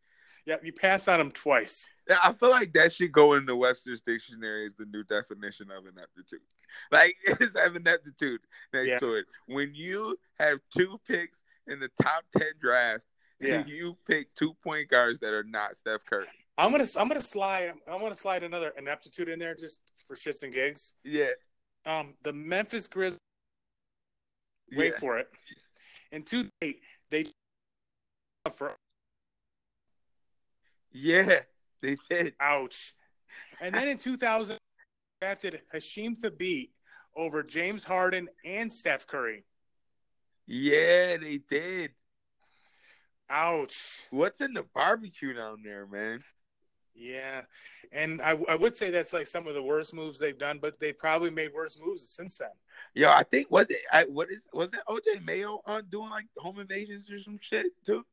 Yep, you passed on him twice. Yeah, I feel like that should go in the Webster's dictionary as the new definition of ineptitude. Like it's have ineptitude next Yeah. to it. When you have two picks in the top ten draft, Yeah. and you pick two point guards that are not Steph Curry. I'm gonna I'm gonna slide I'm gonna slide another ineptitude in there just for shits and gigs. Yeah, Um, the Memphis Grizzlies. Wait yeah. for it. In 2008, they for yeah, they did. ouch, and then in 2000 drafted Hashim Thabit over James Harden and Steph Curry. Yeah, they did. Ouch. What's in the barbecue down there, man? Yeah, and I, I would say that's like some of the worst moves they've done, but they probably made worse moves since then. Yo, I think was it I, what is wasn't OJ Mayo on doing like home invasions or some shit too?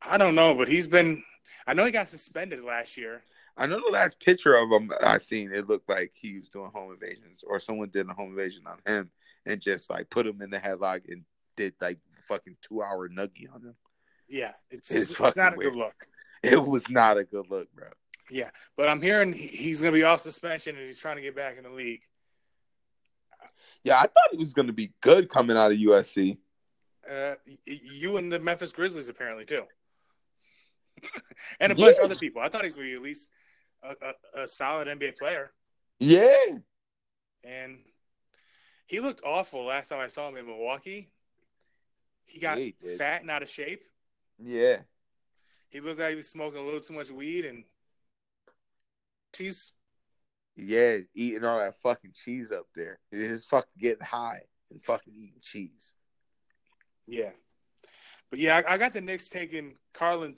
I don't know, but he's been. I know he got suspended last year. I know the last picture of him I seen, it looked like he was doing home invasions or someone did a home invasion on him and just like put him in the headlock and did like fucking two hour nuggie on him. Yeah, it's It's it's, fucking not a weird. good look. It was not a good look, bro. Yeah, but I'm hearing he- he's going to be off suspension and he's trying to get back in the league. Yeah, I thought it was gonna be good coming out of USC. Uh, y- y- you and the Memphis Grizzlies apparently too, and a bunch Yeah. of other people. I thought he's going to be at least a, a, a solid NBA player, Yeah. and he looked awful last time I saw him in Milwaukee. He got Yeah, he did. fat and out of shape. Yeah. He looked like he was smoking a little too much weed and cheese. Yeah, eating all that fucking cheese up there. It's fucking getting high and fucking eating cheese. Yeah, but yeah, I, I got the Knicks taking Carlin,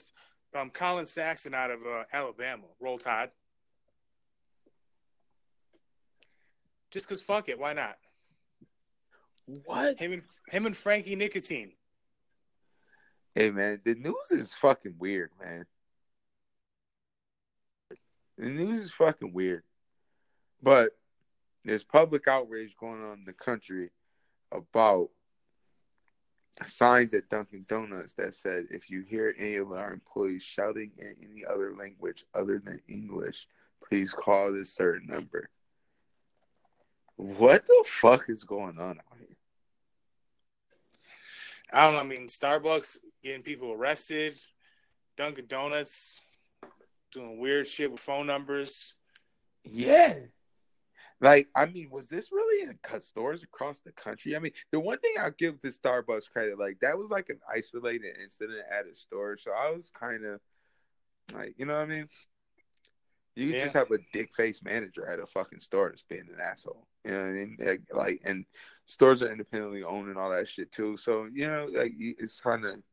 um, Colin Saxon out of uh, Alabama. Roll Tide. Just cause fuck it, why not? What? Him and him and Frankie Nicotine. Hey man, the news is fucking weird, man. The news is fucking weird. But there's public outrage going on in the country about signs at Dunkin' Donuts that said if you hear any of our employees shouting in any other language other than English, please call this certain number. What the fuck is going on out here? I don't know. I mean, Starbucks getting people arrested, Dunkin' Donuts doing weird shit with phone numbers. Yeah. Like, I mean, was this really in co- stores across the country? I mean, the one thing I'll give to Starbucks credit, like, that was like an isolated incident at a store. So I was kind of like, you know what I mean? You could Yeah. just have a dick face manager at a fucking store that's being an asshole. You know what I mean? Like, like, and stores are independently owned and all that shit too. So, you know, like, you- it's kind of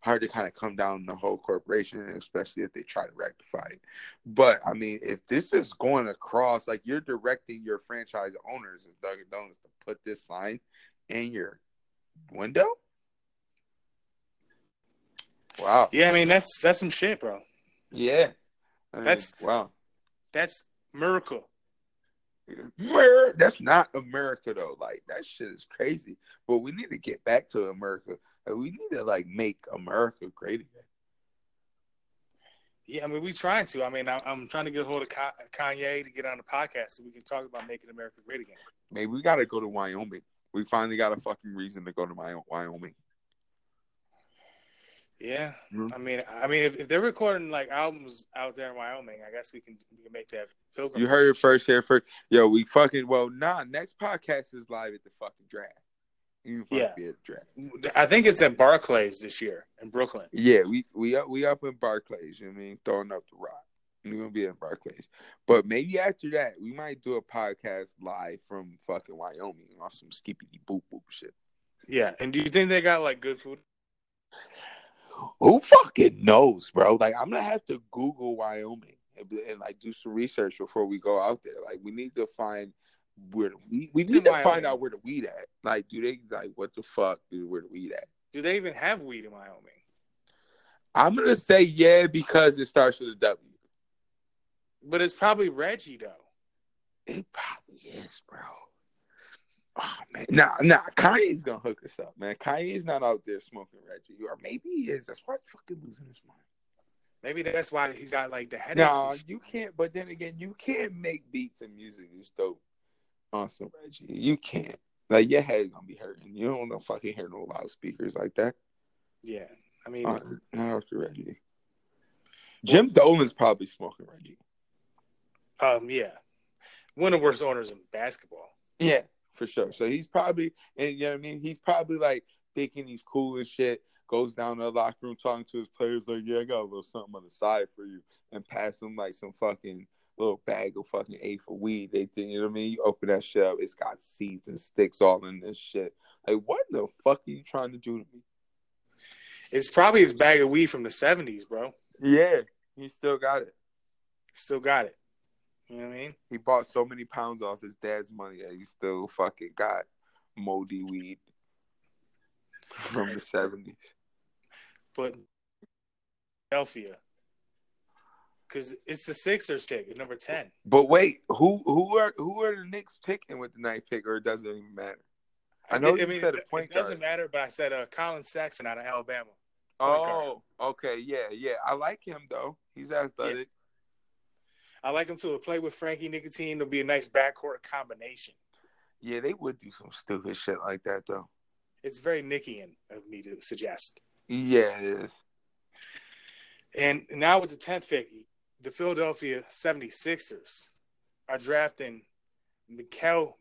hard to kind of come down on the whole corporation, especially if they try to rectify it. But I mean, if this is going across, like you're directing your franchise owners and Dunkin' Donuts to put this sign in your window. Wow. Yeah, I mean that's that's some shit, bro. Yeah. I mean, That's- wow. That's miracle. Mer- That's not America though. Like that shit is crazy. But we need to get back to America. Like, we need to like make America great again. Yeah, I mean we trying to. I mean I, I'm trying to get a hold of Ka- Kanye to get on the podcast so we can talk about making America great again. Maybe we gotta go to Wyoming. We finally got a fucking reason to go to Wy- Wyoming. Yeah, Mhm. I mean I mean if, if they're recording like albums out there in Wyoming, I guess we can we can make that pilgrim. You heard it first here first. Yo, we fucking well nah. Next podcast is live at the fucking draft. You fucking Yeah. be at the draft. I think it's at Barclays this year in Brooklyn. Yeah, we we up we up in Barclays. You know what I mean, throwing up the rock. We're gonna be in Barclays, but maybe after that we might do a podcast live from fucking Wyoming on some skippity boop boop shit. Yeah, and do you think they got like good food? Who fucking knows, bro? Like, I'm gonna have to Google Wyoming and, be- and, like do some research before we go out there. Like, we need to find where the weed. We It's need in to Wyoming. find out where the weed at. Like, do they like what the fuck is where the weed at? Do they even have weed in Wyoming? I'm gonna say yeah because it starts with a W. But it's probably Reggie though. It probably is, bro. Oh man, nah, nah. Kanye's gonna hook us up, man. Kanye's not out there smoking Reggie, or maybe he is. That's why he's fucking losing his mind. Maybe that's why he's got like the headaches. No, and shit. you can't. But then again, you can't make beats and music is dope on some Reggie. You can't. Like your head gonna be hurting. You don't know fucking hear no loudspeakers like that yeah. I mean, on after Reggie. Jim Dolan's probably smoking Reggie. Uh-huh. um, yeah, one of the worst owners in basketball. Yeah, for sure. So he's probably, and you know what I mean. He's probably like thinking he's cool and shit. Goes down to the locker room talking to his players like, "Yeah, I got a little something on the side for you," and pass them like some fucking little bag of fucking eight for weed. They think you know what I mean. You open that shit up, it's got seeds and sticks all in this shit. Like, what the fuck are you trying to do to me? It's probably his bag of weed from the seventies, bro. Yeah, he still got it. Still got it. You know what I mean? He bought so many pounds off his dad's money that he still fucking got moldy weed from the seventies. But Philadelphia, because it's the Sixers pick at number ten. But wait, who who are who are the Knicks picking with the ninth pick, or it doesn't even matter? I know you said a it- point it doesn't guard. matter, but I said uh, Colin Sexton out of Alabama. point guard. Oh, okay, yeah, yeah. I like him though. He's athletic. I like him to play with Frankie Nicotine. It'll be a nice backcourt combination. Yeah. they would do some stupid shit like that though. It's very Nickian of me to suggest. Yeah, it is. And now with the 10th pick, the Philadelphia 76ers are drafting Mikel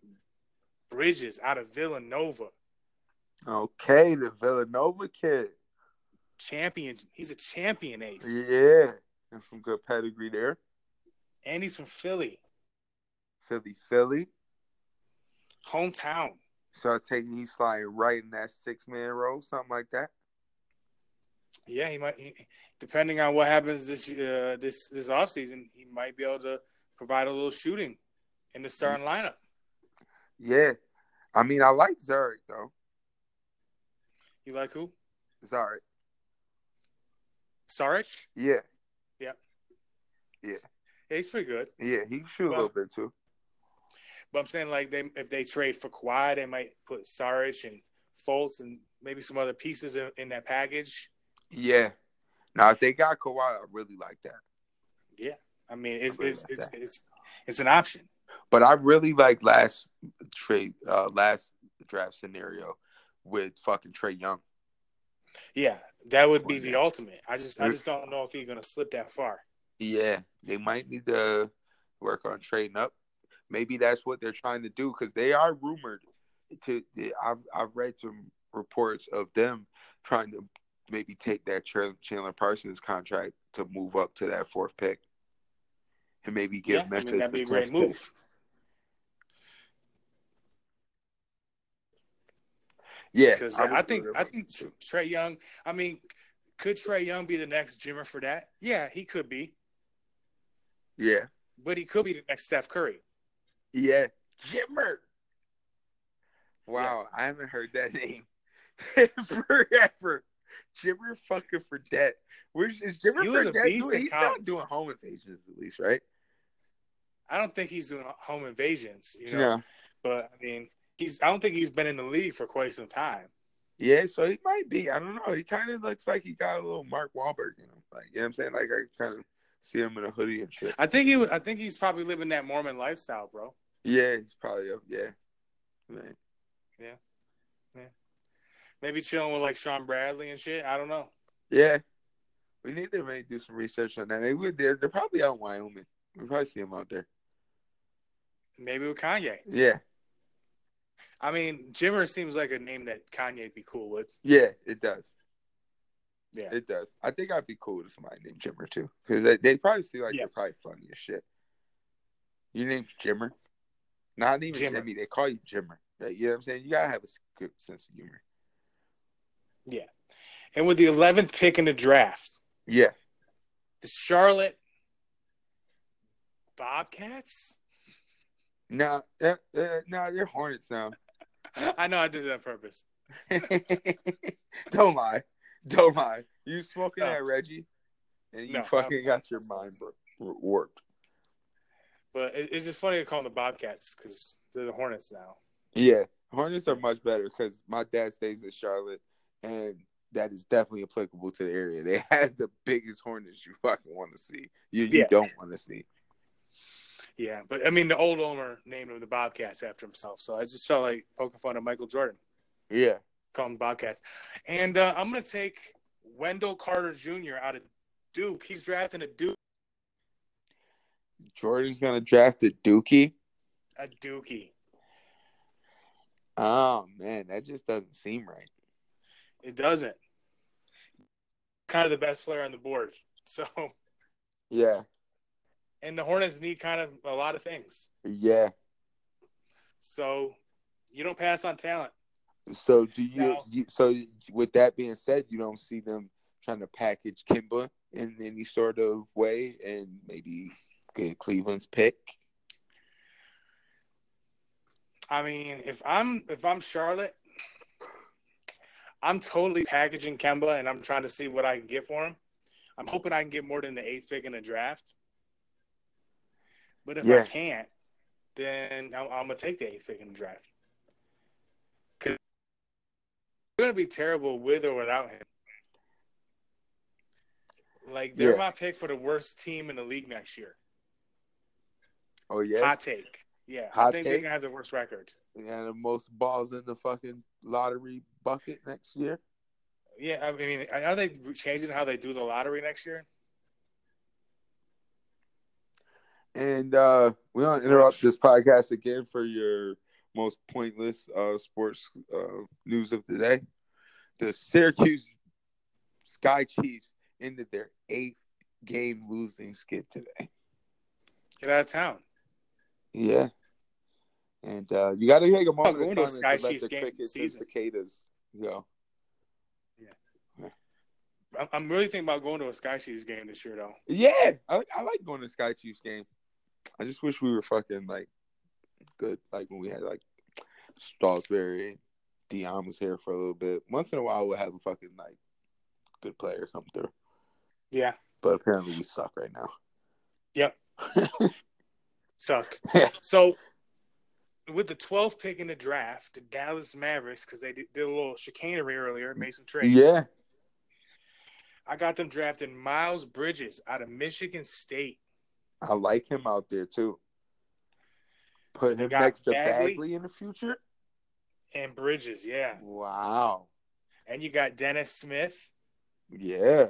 Bridges out of Villanova. Okay, the Villanova kid. Champion. He's a champion ace. Yeah, and some good pedigree there. And he's from Philly, Philly, Philly. hometown. So I take he's sliding right in that six man role, something like that. Yeah, he might he- depending on what happens this uh, this this offseason, he might be able to provide a little shooting in the starting lineup. Yeah. I mean, I like Zarek though. You like who? Zarek. Saric? Yeah, Yeah, he's pretty good. yeah, he can shoot a Well- little bit too. But I'm saying like they if they trade for Kawhi, they might put Saric and Fultz and maybe some other pieces in, in that package. Yeah. Now, if they got Kawhi, I really like that. I mean, it's really it's like it's, that. it's it's an option. But I really like last trade, uh, last draft scenario with fucking Trey Young. Yeah, that would be Well, the yeah. ultimate. I just I just don't know if he's gonna slip that far. Yeah, they might need to work on trading up. Maybe that's what they're trying to do because they are rumored to. I've I've read some reports of them trying to maybe take that Chan- Chandler Parsons contract to move up to that fourth pick, and maybe give Yeah, I Memphis mean that'd the be a great 10th move. pick. Yeah, Because would I, do think it. I think Tr- Trey Young. I mean, could Trey Young be the next Jimmer for that? Yeah, he could be, yeah, but he could be the next Steph Curry. yeah, Jimmer. Wow, I haven't heard that name forever. Jimmer fucking Fredette. Where's is Jimmer He was a Fredette beast doing? in He's not college. doing home invasions at least, right? I don't think he's doing home invasions, you know. But I mean, he's I don't think he's been in the league for quite some time. Yeah, so he might be. I don't know. He kind of looks like he got a little Mark Wahlberg in him. Like, you know what I'm saying? Like, I kind of see him in a hoodie and shit. I think he was, I think he's probably living that Mormon lifestyle, bro. Yeah, he's probably up. Yeah. Man. Maybe chilling with like Sean Bradley and shit. I don't know. Yeah. We need to maybe do some research on that. Maybe we're there. They're probably out in Wyoming. We probably see him out there. Maybe with Kanye. Yeah. I mean, Jimmer seems like a name that Kanye'd be cool with. Yeah, it does. Yeah. It does. I think I'd be cool with somebody named Jimmer too, because they, they probably seem like Yeah. they're probably funny as shit. Your name's Jimmer, not even Jimmer. Jimmy. They call you Jimmer. Like, you know what I'm saying? You gotta have a s- good sense of humor. And with the 11th pick in the draft, Yeah, the Charlotte Bobcats. no, uh, uh, no, they're Hornets now. I know I did it on purpose. Don't lie. Don't lie. You smoking No. that Reggie, and you No, fucking I'm- got your mind bro- warped. But it, it's just funny to call them the Bobcats because they're the Hornets now. Yeah, Hornets are much better because my dad stays in Charlotte, and that is definitely applicable to the area. They have the biggest Hornets you fucking want to see. You, you Yeah. don't want to see. Yeah, but I mean, the old owner named them the Bobcats after himself. So I just felt like poking fun at Michael Jordan, Yeah, calling them Bobcats. And uh, I'm going to take Wendell Carter Jr. out of Duke. He's drafting a Duke, Jordan's gonna draft a Dookie. a Dookie. Oh man, that just doesn't seem right. It doesn't. Kind of the best player on the board. So, Yeah, and the Hornets need kind of a lot of things. yeah. So you don't pass on talent. So do you, Now- you? So with that being said, you don't see them trying to package Kimba in any sort of way, and maybe get Cleveland's pick. I mean, if I'm if I'm Charlotte, I'm totally packaging Kemba and I'm trying to see what I can get for him. I'm hoping I can get more than the eighth pick in the draft. But if I Yeah. can't, then I'm, I'm gonna take the eighth pick in the draft. Cause they're gonna be terrible with or without him. Like they're Yeah. my pick for the worst team in the league next year. Oh yeah, Hot take. Yeah, I Hot think they're take? gonna have the worst record. and the most balls in the fucking lottery bucket next year. Yeah, I mean, are they changing how they do the lottery next year? And uh, we don't interrupt this podcast again for your most pointless uh, sports uh, news of the day. The Syracuse Sky Chiefs ended their eighth game losing skid today. Get out of town. Yeah. And uh, you got to take a moment going of to a silence Sky to let Chiefs the game crickets and season. cicadas go. I'm- I'm really thinking about going to a Sky Chiefs game this year, though. Yeah, I, I like going to Sky Chiefs game. I just wish we were fucking like good, like when we had like Salisbury. Dion was here for a little bit. Once in a while, we'll have a fucking like good player come through. Yeah. But apparently, we suck right now. Yep. Suck. Yeah. So, with the 12th pick in the draft, the Dallas Mavericks, because they did, did a little chicanery earlier, made some trades. Yeah. I got them drafting Miles Bridges out of Michigan State. I like him out there too. So Put they him got next to Bagley? Bagley in the future. And Bridges, yeah. Wow. And you got Dennis Smith. Yeah.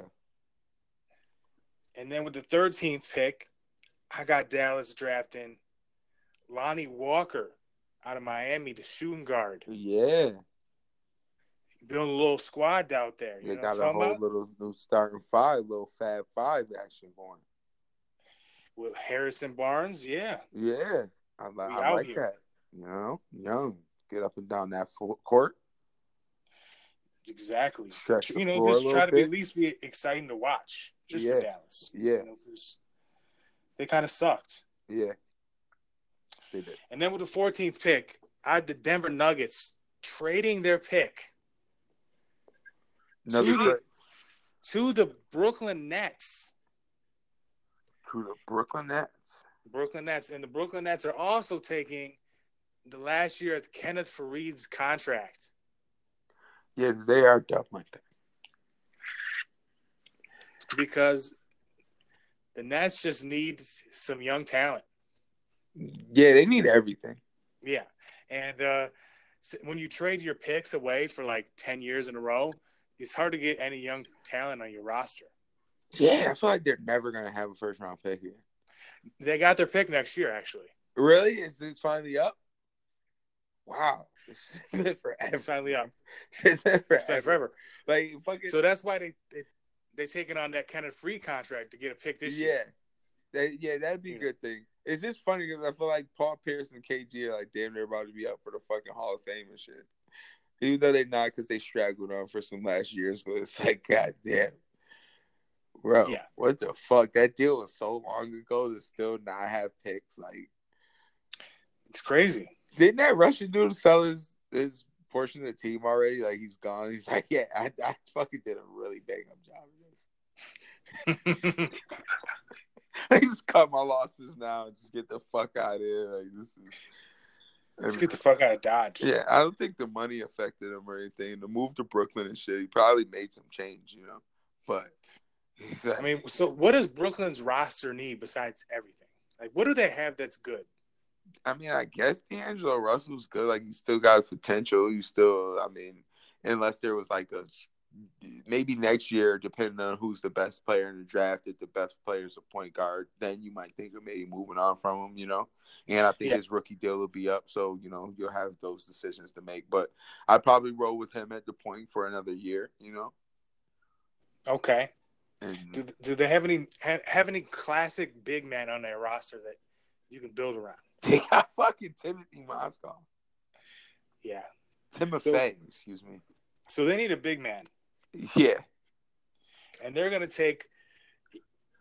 And then with the 13th pick, I got Dallas drafting Lonnie Walker out of Miami, the shooting guard. Yeah. Building a little squad out there. You They know got what I'm a talking whole about? little new starting five, little Fab Five action going. With Harrison Barnes, yeah. Yeah. I, li- We I out like here. that. You know, young. Get up and down that full court. Exactly. Stretch the you know, floor a just little try to be, bit. at least be exciting to watch just Yeah. for Dallas. Yeah. You know, 'cause they kind of sucked. Yeah. They did. And then with the 14th pick, I had the Denver Nuggets trading their pick Another Dude. tra- to the Brooklyn Nets. to the Brooklyn Nets. Brooklyn Nets. And the Brooklyn Nets are also taking the last year of Kenneth Fareed's contract. Yeah, 'cause they are dumb like that. because the Nets just need some young talent. Yeah, they need everything. Yeah, and uh, s- when you trade your picks away for like ten years in a row, it's hard to get any young talent on your roster. Yeah, I feel like they're never gonna have a first round pick here. They got their pick next year, actually. Really? Is this finally up? Wow. It's been forever. It's finally up. It's been It's been forever. forever. Like fucking So that's why they they they taking on that kind of free contract to get a pick this year. yeah. That, yeah, that'd be a Yeah. good thing. It's just funny because I feel like Paul Pierce and KG are like damn near about to be up for the fucking Hall of Fame and shit. Even though they're not because they straggled on for some last years, but it's like, god damn. Bro, Yeah. what the fuck? That deal was so long ago to still not have picks. Like, It's crazy. Didn't that Russian dude sell his, his portion of the team already? Like he's gone. He's like, yeah, I, I fucking did a really bang up job of this. I just cut my losses now and just get the fuck out of here. Like this Let's is. get the fuck out of Dodge. yeah, I don't think the money affected him or anything. The move to Brooklyn and shit, he probably made some change, you know. But he's like, I mean, so what does Brooklyn's roster need besides everything? Like, what do they have that's good? I mean, I guess D'Angelo Russell's good. Like, he still got potential. You still, I mean, unless there was like a maybe next year, depending on who's the best player in the draft, if the best player is a point guard, then you might think of maybe moving on from him, you know? And I think Yeah. his rookie deal will be up. So, you know, you'll have those decisions to make. But I'd probably roll with him at the point for another year, you know? Okay. Do, And do they have any have, have any classic big men on their roster that you can build around? they got fucking Timothy Moscow. Yeah. Timothy, excuse me. So they need a big man, Yeah. and they're going to take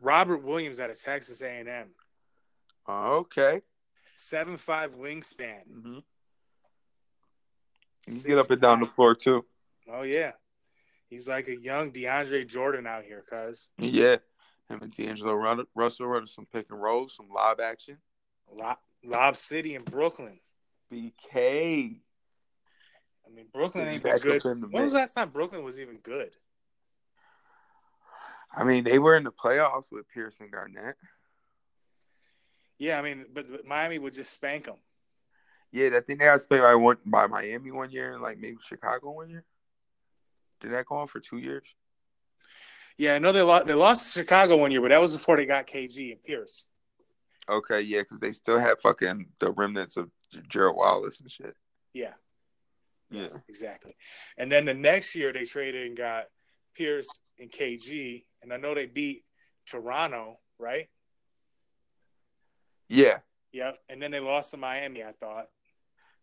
Robert Williams out of Texas A and M, Uh, okay. seven five wingspan. Mm-hmm. You get up and down the 6'9". floor too. Oh yeah, he's like a young DeAndre Jordan out here, cause Yeah. Him and D'Angelo Run- Russell running some pick and rolls, some lob action. Lob, Lob City in Brooklyn. BK. I mean, Brooklyn He's ain't back been up good. in the When mix. was the last time Brooklyn was even good? I mean, they were in the playoffs with Pearson Garnett. Yeah, I mean, but but Miami would just spank them. Yeah, that thing they got played by one by Miami one year and like maybe Chicago one year. Did that go on for two years? Yeah, I know they lost. They lost to Chicago one year, but that was before they got KG and Pierce. Okay, yeah, because they still had fucking the remnants of Ger- Gerald Wallace and shit. Yeah, Yeah. exactly. And then the next year they traded and got Pierce and KG, and I know they beat Toronto, right? Yeah, Yep. And then they lost to Miami, I thought.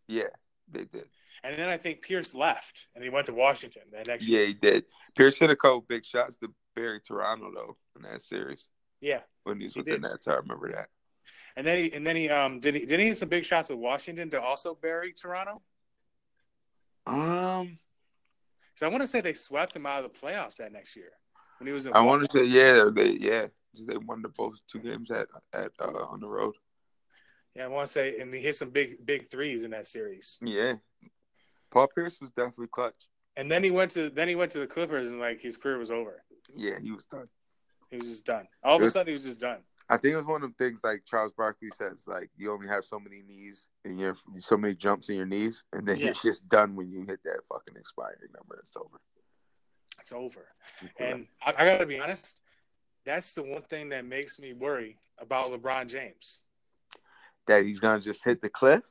yeah, they did. And then I think Pierce left, and he went to Washington that next year. Yeah, he did. Pierce hit a couple big shots to bury Toronto though in that series. Yeah. when he was He with did. the Nets. I remember that. And then he and then he um did he did he hit some big shots with Washington to also bury Toronto? Um, So I want to say they swept him out of the playoffs that next year when he was in. I want to Washington. say yeah, they yeah, they won the both two games at at uh, on the road. Yeah, I want to say, and he hit some big big threes in that series. Yeah, Paul Pierce was definitely clutch. And then he went to then he went to the Clippers, and like his career was over. Yeah, he was done. He was just done. All of a Yeah. sudden, he was just done. I think it was one of the things like Charles Barkley says, like you only have so many knees and you have so many jumps in your knees, and then Yeah. it's just done when you hit that fucking expiring number. It's over. It's over. And I, I gotta be honest, that's the one thing that makes me worry about LeBron James. that he's gonna just hit the cliff.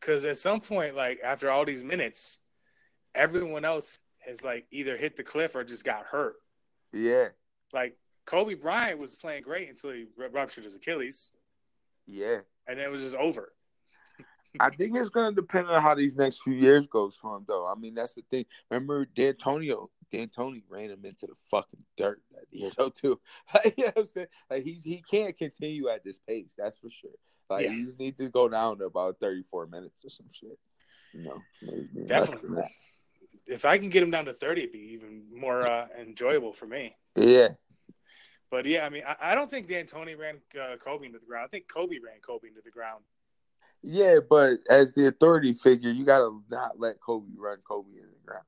Because at some point, like after all these minutes, everyone else has like either hit the cliff or just got hurt. Yeah, Like Kobe Bryant was playing great until he ru- ruptured his Achilles, yeah. and then it was just over. I think it's gonna depend on how these next few years goes for him, though. I mean, that's the thing. Remember, D'Antonio, D'Antoni ran him into the fucking dirt that year, though, too. you know what I'm saying? Like he's he can't continue at this pace. That's for sure. Like Yeah. he just needs to go down to about 34 minutes or some shit. You know, maybe less than Definitely. If I can get him down to thirty, it'd be even more uh, enjoyable for me. that. Yeah, But yeah, I mean, I, I don't think D'Antoni ran uh, Kobe into the ground. I think Kobe ran Kobe into the ground. yeah. But as the authority figure, you gotta not let Kobe run Kobe in the ground.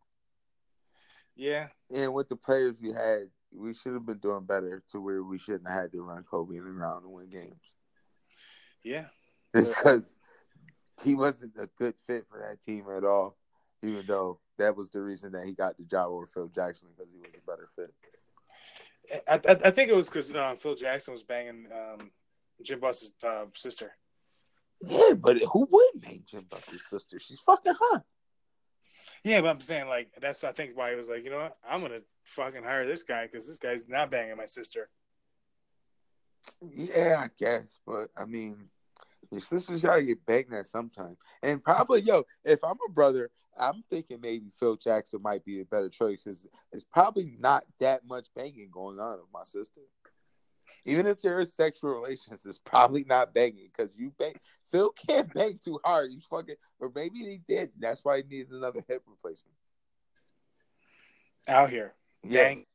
Yeah, and with the players we had, we should have been doing better to where we shouldn't have had to run Kobe in the round to win games yeah. because he wasn't a good fit for that team at all. Even though that was the reason that he got the job over Phil Jackson because he was a better fit. I, I, I think it was because uh, Phil Jackson was banging um, Jim Buss's uh, sister. Yeah, but who would make Jim Buss's sister? She's fucking hot. Yeah, but I'm saying like that's I think why he was like, you know what, I'm gonna fucking hire this guy because this guy's not banging my sister. Yeah, I guess, but I mean, your sister's gotta get banged at sometime. And probably, yo, if I'm a brother, I'm thinking maybe Phil Jackson might be a better choice because it's probably not that much banging going on with my sister. Even if there is sexual relations, it's probably not banging because you bang. Phil can't bang too hard. You fucking, or maybe he did. That's why he needed another hip replacement. Out here, Yeah, Bang.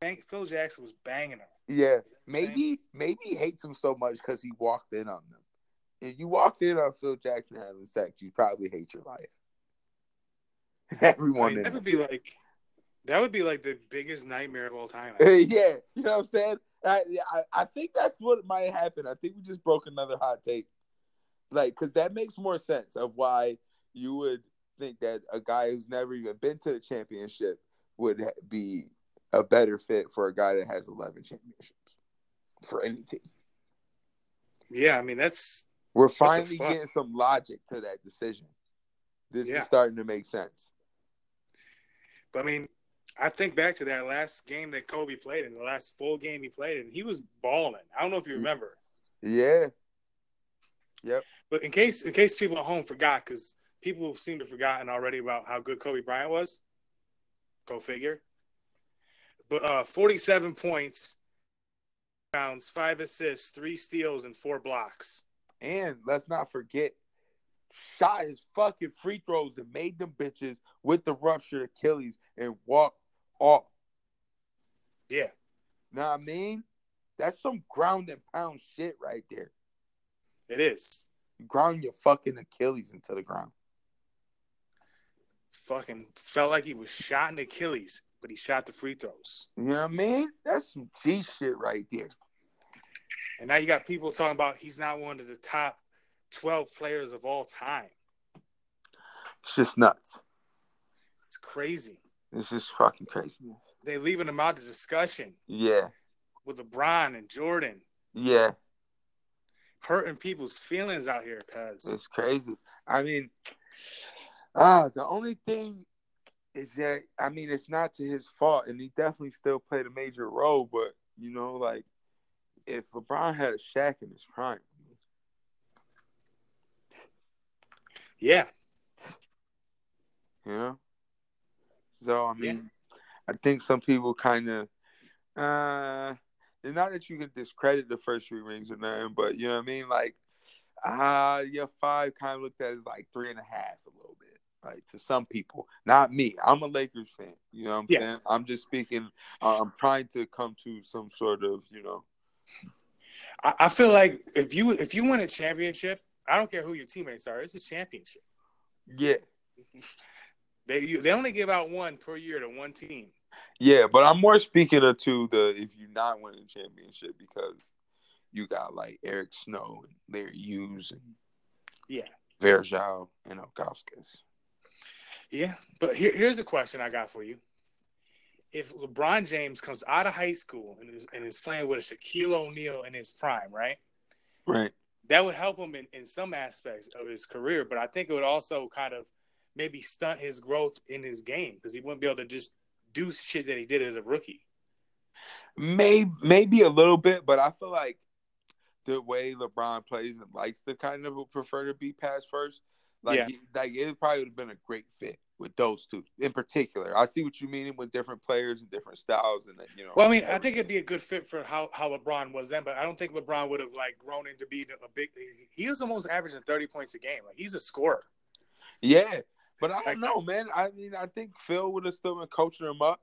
Bang, Phil Jackson was banging her. yeah. Maybe maybe he hates him so much because he walked in on them. If you walked in on Phil Jackson having sex, you probably hate your life. I Everyone mean, in that them. would be like that would be like the biggest nightmare of all time. yeah, you know what I'm saying? I, I I think that's what might happen. I think we just broke another hot take. Like, because that makes more sense of why you would think that a guy who's never even been to a championship would ha- be a better fit for a guy that has 11 championships for any team. Yeah, I mean that's We're the finally fuck? getting some logic to that decision. This Yeah. is starting to make sense. But I mean, I think back to that last game that Kobe played in, the last full game he played in, he was balling. I don't know if you remember, Yeah. but in case in case people at home forgot, because people seem to have forgotten already about how good Kobe Bryant was. Go figure. But uh, forty-seven points, rebounds, five assists, three steals, and four blocks. And let's not forget, shot his fucking free throws and made them bitches with the ruptured Achilles and walked off. Yeah, Know what I mean? That's some ground and pound shit right there. it is You ground your fucking Achilles into the ground. fucking felt like he was shot in Achilles, but he shot the free throws. You know what I mean? That's some G shit right there. And now you got people talking about he's not one of the top 12 players of all time. It's just nuts. It's crazy. It's just fucking craziness. They leaving him out of discussion Yeah. with LeBron and Jordan, Yeah. hurting people's feelings out here, cuz. It's crazy. I mean, ah, the only thing is that I mean it's not to his fault, and he definitely still played a major role. But you know, like if LeBron had a Shaq in his prime, Yeah. you know. So I mean, I think some people kind of, uh, and not that you can discredit the first three rings or nothing, but you know what I mean. Like, ah, your five kind of looked at it as like three and a half a little bit. Like to some people, not me. I'm a Lakers fan. You know what I'm Yeah. saying? I'm just speaking. uh, I'm trying to come to some sort of, you know, I, I feel like if you if you win a championship, I don't care who your teammates are. It's a championship. yeah, They you, they only give out one per year to one team. yeah. But I'm more speaking of to the if you're not winning championship because you got like Eric Snow and Larry Hughes and Yeah, Verjao and Okauskas. yeah. But here, here's a question I got for you: If LeBron James comes out of high school and is, and is playing with a Shaquille O'Neal in his prime, right? Right. that would help him in, in some aspects of his career, but I think it would also kind of maybe stunt his growth in his game because he wouldn't be able to just do shit that he did as a rookie. Maybe maybe a little bit, but I feel like the way LeBron plays and likes to kind of prefer to be pass first, like Yeah. he- like it probably would have been a great fit with those two in particular. I see what you mean with different players and different styles, and you know. Well, I mean, I think it'd be a good fit for how, how LeBron was then, but I don't think LeBron would have like grown into being a big. He was almost averaging thirty points a game. Like he's a scorer. yeah, but I Like- don't know, man. I mean, I think Phil would have still been coaching him up.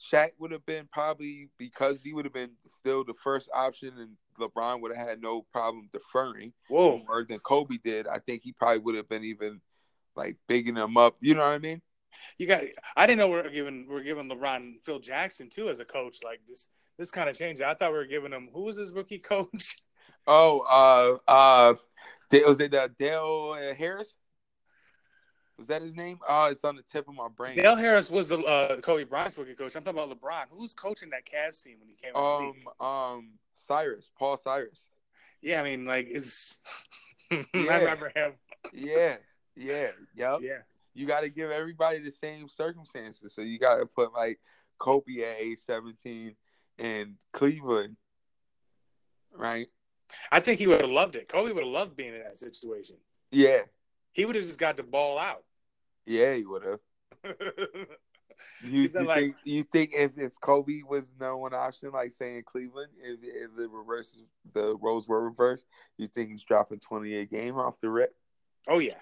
Shaq would have been probably because he would have been still the first option, and LeBron would have had no problem deferring. Whoa, more than Kobe did, I think he probably would have been even like bigging him up. You know what I mean? you got. I didn't know we are giving we're giving LeBron Phil Jackson too as a coach. Like this this kind of change. I thought we were giving him who was his rookie coach? Oh, uh, uh, Da- was it uh, Dale uh, Harris? Was that his name? Oh, it's on the tip of my brain. Dale Harris was the uh, Kobe Bryant's rookie coach. I'm talking about LeBron. Who's coaching that Cavs team when he came? out? Um, um, Cyrus, Paul Cyrus. yeah, I mean, like it's. Yeah. I remember him. Yeah, yeah, yep. Yeah, You got to give everybody the same circumstances. So you got to put like Kobe at age seventeen in Cleveland, right? I think he would have loved it. Kobe would have loved being in that situation. Yeah, He would have just got the ball out. yeah, he would have. You, He's not you like- think you think if, if Kobe was no one option, like say in Cleveland, if, if the reverse the roles were reversed, you think he's dropping twenty a game off the rip? oh yeah,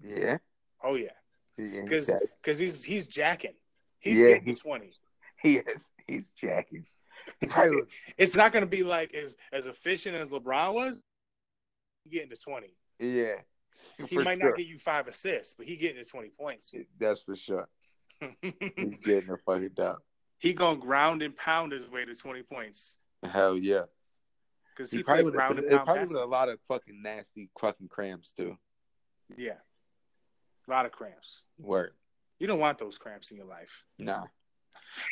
Yeah, oh yeah, he ain't because jack- because he's he's jacking. He's Yeah. getting the twenty. he is he's jacking. He probably would- It's not going to be like as as efficient as LeBron was. He Getting to twenty, yeah, he for might sure. not get you five assists, but he getting to twenty points. That's for sure. He's getting a fucking dub. he gonna ground and pound his way to twenty points Hell yeah. because He, he, probably played would ground have and pound. probably with a basketball. lot of fucking nasty fucking cramps too. Yeah, a lot of cramps. Word. You don't want those cramps in your life. Nah.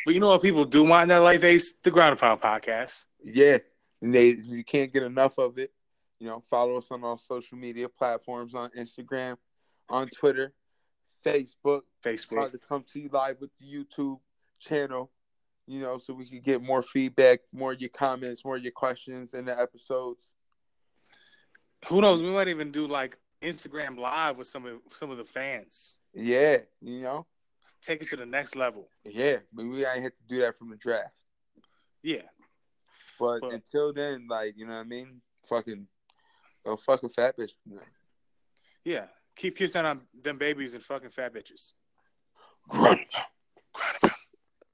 But you know what people do want in their life? Ace the ground and pound podcast. Yeah, and they you can't get enough of it. You know, follow us on all social media platforms on Instagram, on Twitter, Facebook. Try Facebook. to come to you live with the YouTube channel. You know, so we can get more feedback, more of your comments, more of your questions in the episodes. Who knows? We might even do like Instagram live with some of some of the fans. Yeah, you know, Take it to the next level. yeah, but we ain't have to do that from the draft. Yeah. But But- until then, like you know what I mean, fucking go fuck a fat bitch. Yeah. Keep kissing on them babies and fucking fat bitches. Run.